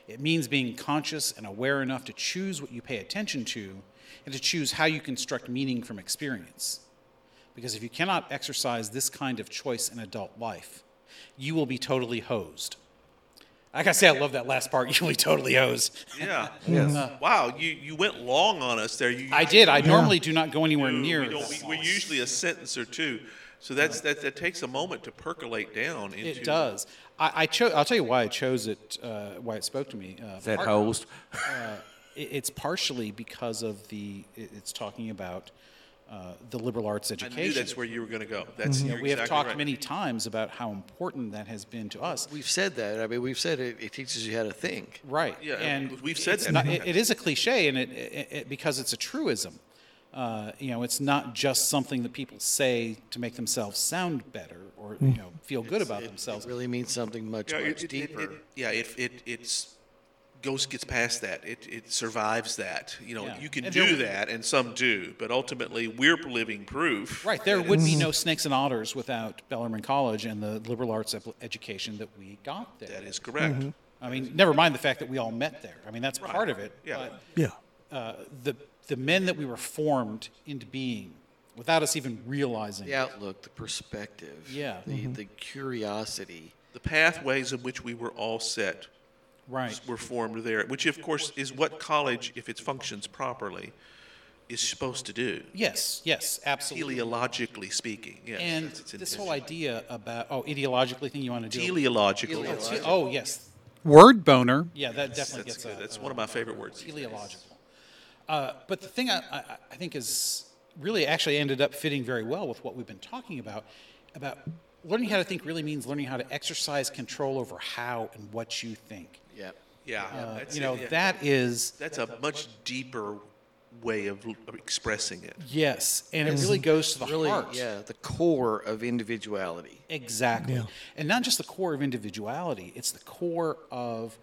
Speaker 1: It means being conscious and aware enough to choose what you pay attention to and to choose how you construct meaning from experience. Because if you cannot exercise this kind of choice in adult life, you will be totally hosed. Like I say, I love that last part. You will be totally hosed.
Speaker 2: Yeah. Yes. wow, you you went long on us there. You,
Speaker 1: Uh, I did. I normally do not go anywhere
Speaker 2: We
Speaker 1: near.
Speaker 2: don't,
Speaker 1: that
Speaker 2: we,
Speaker 1: long.
Speaker 2: are usually a sentence or two, so that's that that takes a moment to percolate down. Into,
Speaker 1: Uh-huh. It does. I, I chose. I'll tell you why I chose it. Uh, why it spoke to me. Uh,
Speaker 5: Is that
Speaker 1: part-
Speaker 5: host?
Speaker 1: it- It's partially because of the. it- It's talking about uh, the liberal arts
Speaker 2: I
Speaker 1: education. Mm-hmm.
Speaker 2: knew that's where you were going to go. That's you're
Speaker 1: we have
Speaker 2: exactly
Speaker 1: talked
Speaker 2: right.
Speaker 1: many times about how important that has been to us.
Speaker 3: We've said that. I mean, we've said it, it teaches you how to think.
Speaker 1: Right.
Speaker 2: Yeah,
Speaker 1: and
Speaker 2: we've said
Speaker 1: it's
Speaker 2: that
Speaker 1: Not,
Speaker 2: many
Speaker 1: it- it is a cliche, and it, it, it because it's a truism. Uh, you know, it's not just something that people say to make themselves sound better or you know feel good about themselves.
Speaker 3: It really means something much,
Speaker 2: Yeah,
Speaker 3: much
Speaker 2: it- it- it-
Speaker 3: deeper.
Speaker 2: it- yeah, it it it's goes gets past that. It it survives that. You know,
Speaker 1: Yeah.
Speaker 2: you can
Speaker 1: And
Speaker 2: do
Speaker 1: there-
Speaker 2: that, and some do, but ultimately we're living proof.
Speaker 1: Right, there would be no snakes and otters without Bellarmine College and the liberal arts ep- education that we got there.
Speaker 2: That is correct.
Speaker 1: I mean, never mind the fact that we all met there. I mean, that's part of it.
Speaker 2: Yeah.
Speaker 4: Yeah.
Speaker 1: But uh, the the men that we were formed into being, without us even realizing.
Speaker 3: The outlook, the perspective,
Speaker 1: Yeah.
Speaker 3: the, the curiosity.
Speaker 2: The pathways in which we were all set
Speaker 1: Right.
Speaker 2: were formed there, which of course is what college, if it functions properly, is supposed to do.
Speaker 1: Yes. Yes. Absolutely.
Speaker 2: Teleologically speaking, yes.
Speaker 1: And
Speaker 2: that's its
Speaker 1: this
Speaker 2: intention.
Speaker 1: whole idea about oh ideologically thing you want to do.
Speaker 2: teleological.
Speaker 1: It's- oh yes,
Speaker 6: Word boner.
Speaker 1: yeah. That definitely
Speaker 2: That's
Speaker 1: gets uh, a-
Speaker 2: good. That's
Speaker 1: a-
Speaker 2: one of my favorite words.
Speaker 1: teleological. Uh, but the thing I, I, I think is really actually ended up fitting very well with what we've been talking about about learning how to think really means learning how to exercise control over how and what you think.
Speaker 3: Yeah.
Speaker 2: Yeah,
Speaker 1: Uh,
Speaker 2: that's
Speaker 1: you
Speaker 2: it,
Speaker 1: know
Speaker 2: yeah.
Speaker 1: that is
Speaker 2: That's a much deeper way of l- of expressing it.
Speaker 1: yes, and it really goes to the
Speaker 3: Really,
Speaker 1: heart.
Speaker 3: yeah, the core of individuality.
Speaker 1: Exactly. And not just the core of individuality, it's the core of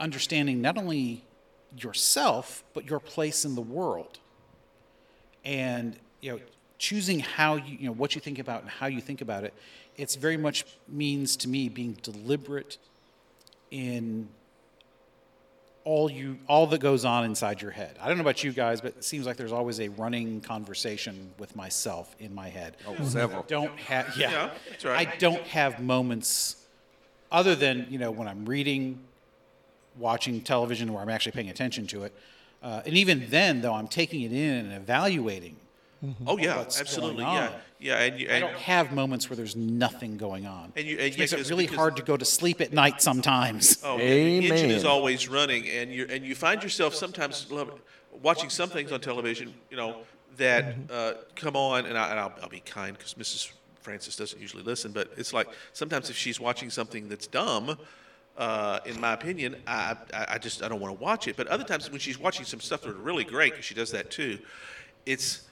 Speaker 1: understanding not only yourself, but your place in the world. And, you know, choosing how you, you know, what you think about and how you think about it, it's very much means to me being deliberate in all you all that goes on inside your head. I don't know about you guys, but it seems like there's always a running conversation with myself in my head
Speaker 5: Oh, several.
Speaker 1: don't have yeah,
Speaker 2: Yeah, that's right.
Speaker 1: I don't have moments other than you know when I'm reading, watching television where I'm actually paying attention to it, uh, and even then though I'm taking it in and evaluating.
Speaker 2: Oh yeah,
Speaker 1: Mm-hmm. what's going
Speaker 2: absolutely.
Speaker 1: on.
Speaker 2: Yeah, yeah, and you
Speaker 1: I
Speaker 2: and,
Speaker 1: don't have moments where there's nothing going on.
Speaker 2: And you- and
Speaker 1: which
Speaker 2: yeah,
Speaker 1: makes it
Speaker 2: 'cause-
Speaker 1: really
Speaker 2: because-
Speaker 1: hard to go to sleep at night sometimes.
Speaker 2: oh, yeah, the engine is
Speaker 5: Amen.
Speaker 2: always running, and you and you find yourself sometimes love, watching some things on television, you know,
Speaker 1: Mm-hmm.
Speaker 2: that uh, come on, and, I, and I'll, I'll be kind because Mrs. Francis doesn't usually listen, but it's like sometimes if she's watching something that's dumb. Uh, in my opinion, I, I, I just I don't want to watch it. But other times when she's watching some stuff that's really great, because she does that too, it's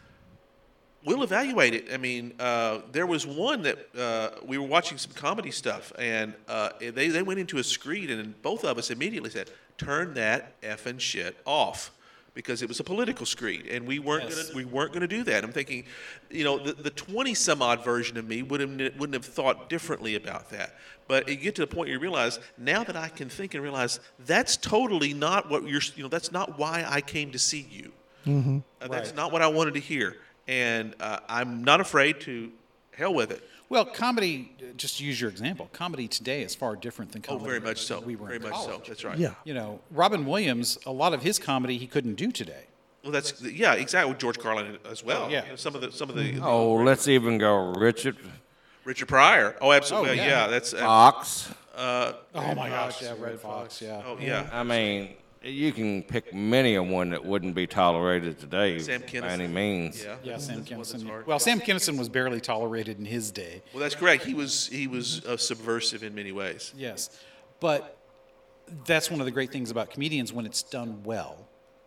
Speaker 2: we'll evaluate it. I mean, uh, there was one that uh, we were watching some comedy stuff, and uh, they, they went into a screen, and both of us immediately said, "Turn that effing shit off." Because it was a political screen, and we weren't gonna we weren't gonna do that. I'm thinking, you know, the the 20 some odd version of me would have wouldn't have thought differently about that. But you get to the point where you realize now that I can think and realize that's totally not what you're you know that's not why I came to see you. Uh, that's not what I wanted to hear, and uh, I'm not afraid to hell with it. Oh,
Speaker 1: Well, comedy, uh, just to use your example, comedy today is far different than
Speaker 2: Oh,
Speaker 1: comedy.
Speaker 2: very much so.
Speaker 1: We were
Speaker 2: very
Speaker 1: in
Speaker 2: much
Speaker 1: college.
Speaker 2: so. That's right.
Speaker 4: Yeah.
Speaker 1: You know, Robin Williams, a lot of his comedy he couldn't do today.
Speaker 2: Well, that's yeah, exactly. George Carlin as well.
Speaker 1: Oh, yeah. Mm-hmm.
Speaker 2: You know, some of the some of the
Speaker 5: Oh, let's even go Richard
Speaker 2: Richard Pryor. Oh, absolutely.
Speaker 1: Oh,
Speaker 2: yeah.
Speaker 1: yeah.
Speaker 2: that's. Uh,
Speaker 5: Fox.
Speaker 1: Oh my gosh, yeah, Red Fox, yeah.
Speaker 2: oh yeah.
Speaker 5: I mean, you can pick many a one that wouldn't be tolerated today
Speaker 2: Sam
Speaker 5: by any
Speaker 2: Kinison.
Speaker 5: means.
Speaker 2: Yeah.
Speaker 1: Yeah, Sam
Speaker 2: that's
Speaker 1: Kinison.
Speaker 2: hard.
Speaker 1: Well, Sam Kinison was barely tolerated in his day.
Speaker 2: Well, that's correct. He was he was uh, subversive in many ways.
Speaker 1: Yes, but that's one of the great things about comedians when it's done well.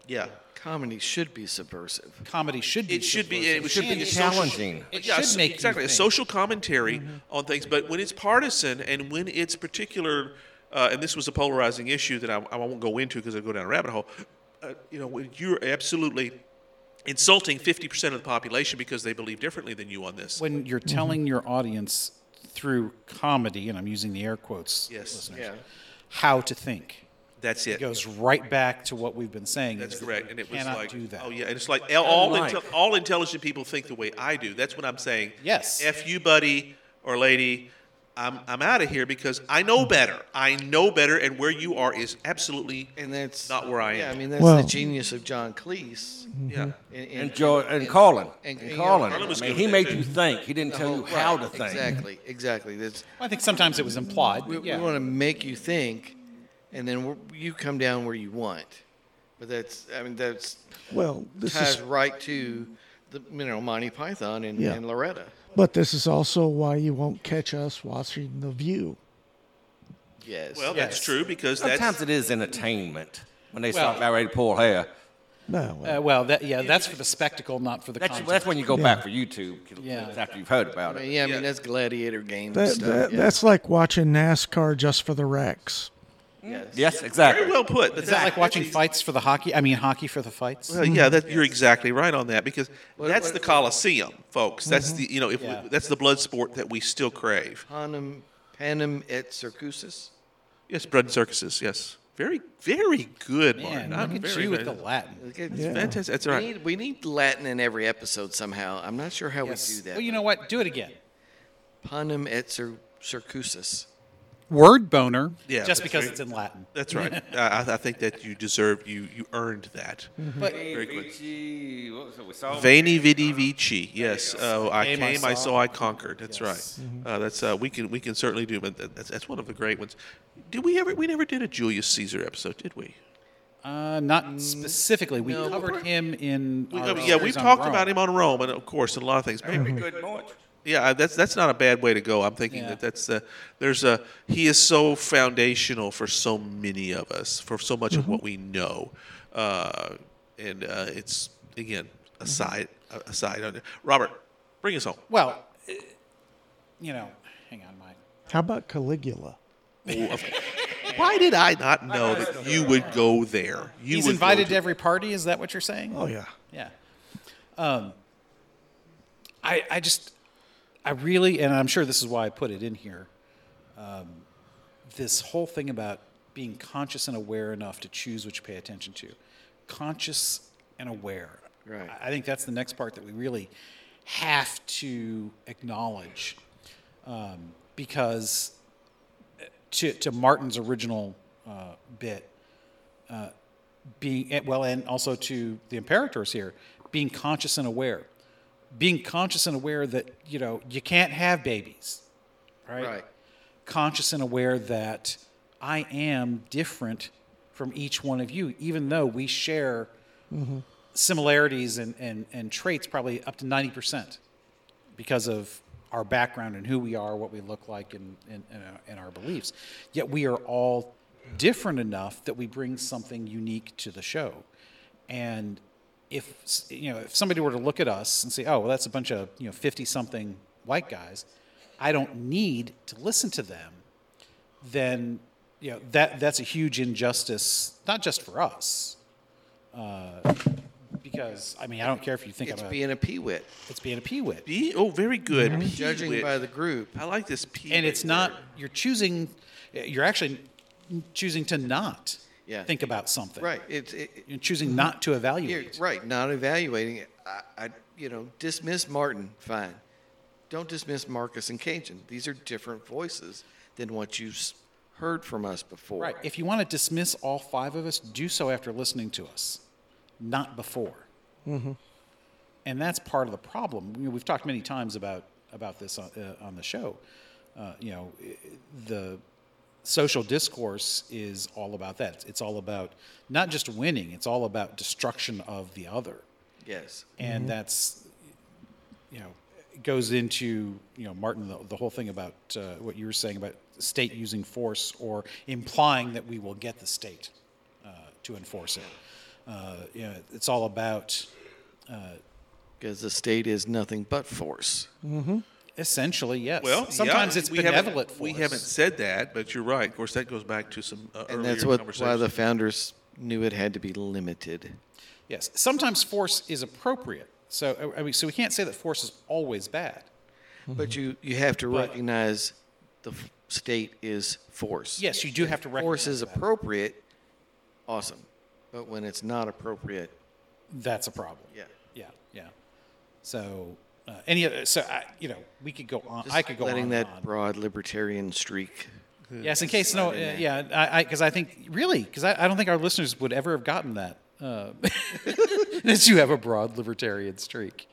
Speaker 2: Yeah.
Speaker 3: Comedy should be subversive.
Speaker 1: Comedy should be.
Speaker 2: It should be.
Speaker 1: subversive.
Speaker 2: It should
Speaker 1: And
Speaker 2: be
Speaker 1: it
Speaker 5: challenging.
Speaker 1: It
Speaker 2: yeah,
Speaker 1: should
Speaker 2: so-
Speaker 1: make you
Speaker 2: exactly a
Speaker 1: think. Mm-hmm.
Speaker 2: social commentary on things, but when it's partisan and when it's particular, uh, and this was a polarizing issue that I, I won't go into because I go down a rabbit hole. Uh, you know, when you're absolutely insulting 50% of the population because they believe differently than you on this.
Speaker 1: When you're telling your audience through comedy, and I'm using the air quotes,
Speaker 2: Yes.
Speaker 1: listeners,
Speaker 3: Yeah.
Speaker 1: how to think.
Speaker 2: That's it.
Speaker 1: It goes right back to what we've been saying.
Speaker 2: That's
Speaker 1: is that
Speaker 2: correct.
Speaker 1: you
Speaker 2: And it was
Speaker 1: cannot
Speaker 2: like,
Speaker 1: do that.
Speaker 2: oh yeah, and it's like all
Speaker 5: Unlike-
Speaker 2: intel- all intelligent people think the way I do. That's what I'm saying.
Speaker 1: Yes.
Speaker 2: F you, buddy or lady. I'm, I'm out of here because I know better. I know better, and where you are is absolutely
Speaker 3: And that's
Speaker 2: Not where I
Speaker 3: Yeah,
Speaker 2: am.
Speaker 3: I mean that's
Speaker 4: Well-
Speaker 3: the genius of John Cleese.
Speaker 1: Mm-hmm.
Speaker 2: yeah.
Speaker 3: And, and-
Speaker 5: And Joe and Colin.
Speaker 3: and-
Speaker 5: And,
Speaker 3: and, you know,
Speaker 5: Colin.
Speaker 2: Colin was
Speaker 5: I
Speaker 2: good with
Speaker 5: mean, he
Speaker 2: that,
Speaker 5: made
Speaker 2: too.
Speaker 5: you think. He didn't tell you
Speaker 3: Right,
Speaker 5: how to think.
Speaker 3: Exactly, exactly. That's,
Speaker 1: I think sometimes it was implied.
Speaker 3: we
Speaker 1: but yeah.
Speaker 3: want to make you think, and then we're, you come down where you want. But that's, I mean, that's
Speaker 4: Well, this
Speaker 3: ties
Speaker 4: is
Speaker 3: right to the you know Monty Python and,
Speaker 4: Yeah.
Speaker 3: and Loretta.
Speaker 4: but this is also why you won't catch us watching The View.
Speaker 3: Yes.
Speaker 2: Well, that's
Speaker 1: Yes.
Speaker 2: true because that's
Speaker 5: Sometimes it is entertainment when they
Speaker 1: Well-
Speaker 5: start about ready to pull hair.
Speaker 4: No, well,
Speaker 1: Uh, well, that, yeah, that's for the spectacle, not for the
Speaker 5: That's,
Speaker 1: content.
Speaker 5: that's when you go back for YouTube. 'cause
Speaker 1: Yeah.
Speaker 5: it's after you've heard about
Speaker 3: I
Speaker 5: it.
Speaker 3: mean, yeah, I mean that's gladiator game
Speaker 4: that,
Speaker 3: stuff.
Speaker 4: that,
Speaker 3: yeah.
Speaker 4: that's like watching NASCAR just for the wrecks.
Speaker 5: Yes, exactly.
Speaker 2: Very well put. But
Speaker 1: Is that like watching
Speaker 2: that's-
Speaker 1: fights for the hockey? I mean, hockey for the fights?
Speaker 2: Well, yeah, that, you're exactly right on that because that's
Speaker 3: what-
Speaker 2: the Coliseum, folks. That's the you know if
Speaker 1: Mm-hmm. Yeah.
Speaker 2: we, that's the blood sport that we still crave.
Speaker 3: Panem, panem et circenses.
Speaker 2: Yes, blood and circuses. Yes, very very good, Martin.
Speaker 1: Man,
Speaker 2: I'm
Speaker 1: look at
Speaker 2: Mm-hmm. very
Speaker 1: you with the
Speaker 2: good.
Speaker 1: Latin.
Speaker 3: Okay, it's
Speaker 4: Yeah.
Speaker 2: Fantastic. That's
Speaker 3: We
Speaker 2: right.
Speaker 3: need, we need Latin in every episode somehow. I'm not sure how we
Speaker 1: Yes.
Speaker 3: do that.
Speaker 1: Well, you know what? Do it again.
Speaker 3: Panem et cir- circenses.
Speaker 1: Word boner.
Speaker 2: Yeah, that's
Speaker 1: Just because
Speaker 2: right.
Speaker 1: it's in Latin.
Speaker 2: That's right. I, I- I think that you deserve you you earned that.
Speaker 1: But
Speaker 5: Very Vici, what was it? We saw
Speaker 2: Veni vidi vici. Yes. Oh, I
Speaker 1: Came, I
Speaker 2: came, I
Speaker 1: saw.
Speaker 2: saw, I conquered. That's
Speaker 1: Yes.
Speaker 2: right. Uh, that's uh, we can we can certainly do, but that- that's, that's one of the great ones. Did we ever? We never did a Julius Caesar episode, did we?
Speaker 1: uh, not specifically. We covered him in.
Speaker 2: We-
Speaker 1: our
Speaker 2: uh, yeah, we
Speaker 1: Oh, series on
Speaker 2: talked
Speaker 1: Rome.
Speaker 2: about him on Rome, and of course, and a lot of things.
Speaker 5: Very good point.
Speaker 2: Yeah, I- that's that's not a bad way to go. I'm thinking
Speaker 1: Yeah.
Speaker 2: that that's uh, there's a he is so foundational for so many of us for so much
Speaker 1: Mm-hmm.
Speaker 2: of what we know, uh, and uh, it's again
Speaker 1: Mm-hmm.
Speaker 2: aside aside on Robert, bring us home.
Speaker 1: Well, eh, you know, hang on, Mike.
Speaker 4: How about Caligula?
Speaker 2: Why did I not know that you would go there? You
Speaker 1: He's
Speaker 2: would
Speaker 1: invited
Speaker 2: go
Speaker 1: to every party. Is that what you're saying?
Speaker 4: Oh yeah.
Speaker 1: Yeah. Um, I I just I really and I'm sure this is why I put it in here. Um, this whole thing about being conscious and aware enough to choose what you pay attention to, conscious and aware.
Speaker 3: Right.
Speaker 1: I- I think that's the next part that we really have to acknowledge, um, because to to Martin's original uh, bit, uh, being eh, well and also to the imperators here being conscious and aware being conscious and aware that you know you can't have babies right,
Speaker 3: Right.
Speaker 1: conscious and aware that i am different from each one of you even though we share similarities and, and, and traits probably up to 90% because of our background and who we are, what we look like, and, and, and, our, and our beliefs. Yet we are all different enough that we bring something unique to the show. And if s- you know, if somebody were to look at us and say, "Oh, well, that's a bunch of you know fifty-something white guys," I don't need to listen to them then you know that that's a huge injustice, not just for us, uh, because I mean I don't care if you think
Speaker 3: It's
Speaker 1: I'm a,
Speaker 3: being a peewit.
Speaker 1: it's being a peewit,
Speaker 2: Be, oh, very good. Pee
Speaker 3: Judging
Speaker 2: wit.
Speaker 3: by the group.
Speaker 2: I like this. Pee
Speaker 1: Mm-hmm. and
Speaker 2: wit
Speaker 1: it's not
Speaker 2: word.
Speaker 1: you're choosing, you're actually choosing to not
Speaker 3: Yeah.
Speaker 1: think about something,
Speaker 3: Right. It's it,
Speaker 1: You're choosing not to
Speaker 3: you're
Speaker 1: evaluate.
Speaker 3: right. Not evaluating it. I, I, you know, dismiss Martin. Fine. Don't dismiss Marcus and Cajun. These are different voices than what you've s- heard from us before.
Speaker 1: Right. If you want to dismiss all five of us, do so after listening to us, not before. And that's part of the problem. You know, we've talked many times about about this on, uh, on the show. Uh, you know, i- the social discourse is all about that. It's, it's all about not just winning. It's all about destruction of the other,
Speaker 3: Yes.
Speaker 1: and that's you know it goes into you know Martin the, the whole thing about uh, what you were saying about state using force or implying that we will get the state uh, to enforce it. Uh, you know, it's all about
Speaker 3: Because the state is nothing but force.
Speaker 1: essentially yes.
Speaker 2: Well,
Speaker 1: sometimes
Speaker 2: yeah,
Speaker 1: it's
Speaker 2: we
Speaker 1: benevolent
Speaker 2: Haven't,
Speaker 1: force.
Speaker 2: we haven't said that, but you're right. Of course, that goes back to some uh,
Speaker 3: And
Speaker 2: earlier
Speaker 3: that's what why
Speaker 2: conversations.
Speaker 3: the founders knew it had to be limited.
Speaker 1: yes, sometimes force is appropriate. So I- I mean, so we can't say that force is always bad. Mm-hmm.
Speaker 3: But you, you have to recognize the f- state is force.
Speaker 1: Yes, you do have to recognize
Speaker 3: Force is
Speaker 1: that.
Speaker 3: appropriate, awesome. But when it's not appropriate,
Speaker 1: That's a problem.
Speaker 3: yeah.
Speaker 1: Yeah, yeah. So uh, any other, so I, you know, we could go on. I could go
Speaker 3: letting
Speaker 1: on.
Speaker 3: that
Speaker 1: and
Speaker 3: broad libertarian streak.
Speaker 1: on. Yes, in case no, uh, yeah, I because I, think really because I, I don't think our listeners would ever have gotten that uh, that you have a broad libertarian streak.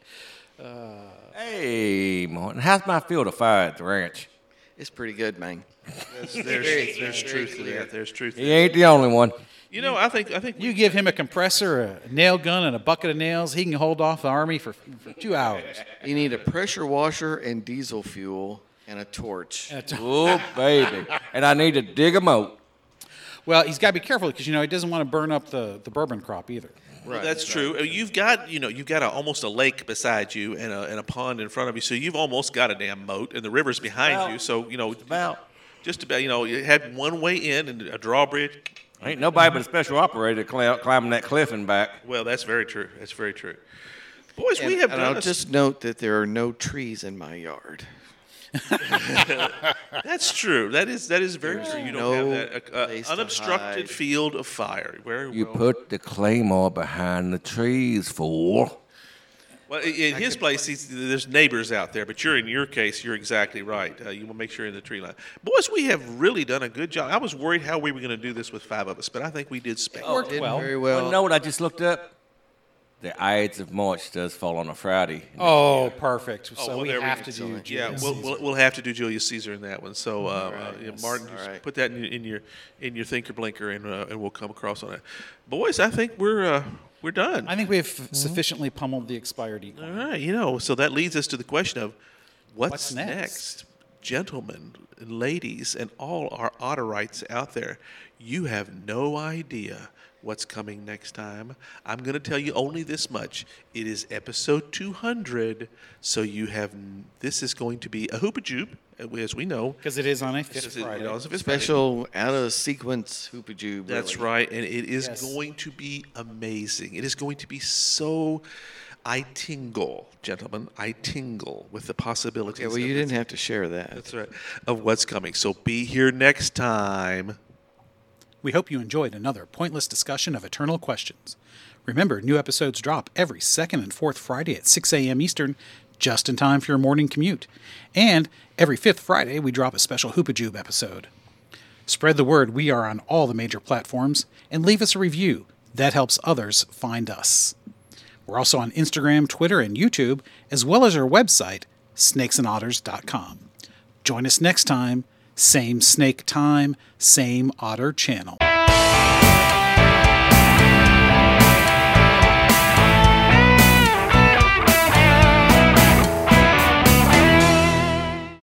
Speaker 5: Hey, Martin, how's my field of fire at the ranch?
Speaker 3: It's pretty good, man.
Speaker 2: there's, there's truth to that. There's truth. to
Speaker 5: He ain't the only one.
Speaker 2: that. You know, I think I think
Speaker 1: You give him a compressor, a nail gun, and a bucket of nails, he can hold off the army for, for two hours.
Speaker 3: You need a pressure washer and diesel fuel and a torch.
Speaker 1: At a time.
Speaker 5: Oh, baby. And I need to dig a moat.
Speaker 1: Well, he's got to be careful because you know he doesn't want to burn up the, the bourbon crop either.
Speaker 3: Right.
Speaker 2: That's true. Uh, You've got you know you've got a, almost a lake beside you and a, and a pond in front of you, so you've almost got a damn moat, and the river's behind
Speaker 5: Well,
Speaker 2: you. So you know
Speaker 5: about.
Speaker 2: just about you know you had one way in and a drawbridge.
Speaker 5: Ain't nobody but a special operator cl- climbing that cliff and back.
Speaker 2: Well, that's very true. That's very true. Boys,
Speaker 3: And,
Speaker 2: we have
Speaker 3: and
Speaker 2: done
Speaker 3: I'll
Speaker 2: a-
Speaker 3: just note that there are no trees in my yard.
Speaker 2: That's true. That is that is very true. You don't
Speaker 3: no
Speaker 2: have that uh,
Speaker 3: place
Speaker 2: uh,
Speaker 3: to
Speaker 2: unobstructed
Speaker 3: hide.
Speaker 2: field of fire. Very
Speaker 5: You
Speaker 2: well.
Speaker 5: put the claymore behind the trees, fool.
Speaker 2: well, i- in his place, he's, there's neighbors out there, but you're in your case, you're exactly right. Uh, you want to make sure you're in the tree line. Boys, we have really done a good job. I was worried how we were going to do this with five of us, but I think we did spectacular.
Speaker 1: Worked
Speaker 3: Did
Speaker 1: well.
Speaker 3: very
Speaker 5: Well,
Speaker 3: well.
Speaker 5: know what I just looked up? The Ides of March does fall on a Friday.
Speaker 1: Oh, perfect. So
Speaker 2: well,
Speaker 1: we
Speaker 2: there we
Speaker 1: have to
Speaker 2: go.
Speaker 1: do.
Speaker 2: yeah,
Speaker 1: Julius
Speaker 2: we'll,
Speaker 1: Caesar.
Speaker 2: we'll we'll have to do Julius Caesar in that one. So, uh, uh, yeah, Martin,
Speaker 3: All
Speaker 2: just
Speaker 3: right.
Speaker 2: put that in your, in your in your thinker blinker, and uh, and we'll come across on it. Boys, I think we're uh, we're done.
Speaker 1: I think we have sufficiently pummeled the expired E, eagle.
Speaker 2: All right, you know, so that leads us to the question of what's,
Speaker 1: What's
Speaker 2: next?
Speaker 1: next?
Speaker 2: Gentlemen, ladies, and all our Otterites out there, you have no idea what's coming next time. I'm going to tell you only this much. It is episode 200, so you have n- this is going to be a hoopajoop, as we know.
Speaker 1: Because it is on a fifth
Speaker 2: This is, you
Speaker 1: Friday.
Speaker 2: know, it's a fifth Friday.
Speaker 3: Special out of sequence hoopajoo.
Speaker 2: That's
Speaker 3: really.
Speaker 2: right, and it is
Speaker 1: Yes.
Speaker 2: going to be amazing. It is going to be so. I tingle, gentlemen. I tingle with the possibilities.
Speaker 3: Yeah, well,
Speaker 2: of
Speaker 3: you
Speaker 2: this.
Speaker 3: didn't have to share that.
Speaker 2: That's right. Of what's coming. So be here next time.
Speaker 1: We hope you enjoyed another pointless discussion of eternal questions. Remember, new episodes drop every second and fourth Friday at 6 a.m. Eastern, just in time for your morning commute. And every fifth Friday, we drop a special Hoopajube episode. Spread the word we are on all the major platforms and leave us a review. That helps others find us. We're also on Instagram, Twitter, and YouTube, as well as our website, snakesandotters.com. Join us next time, same snake time, same otter channel.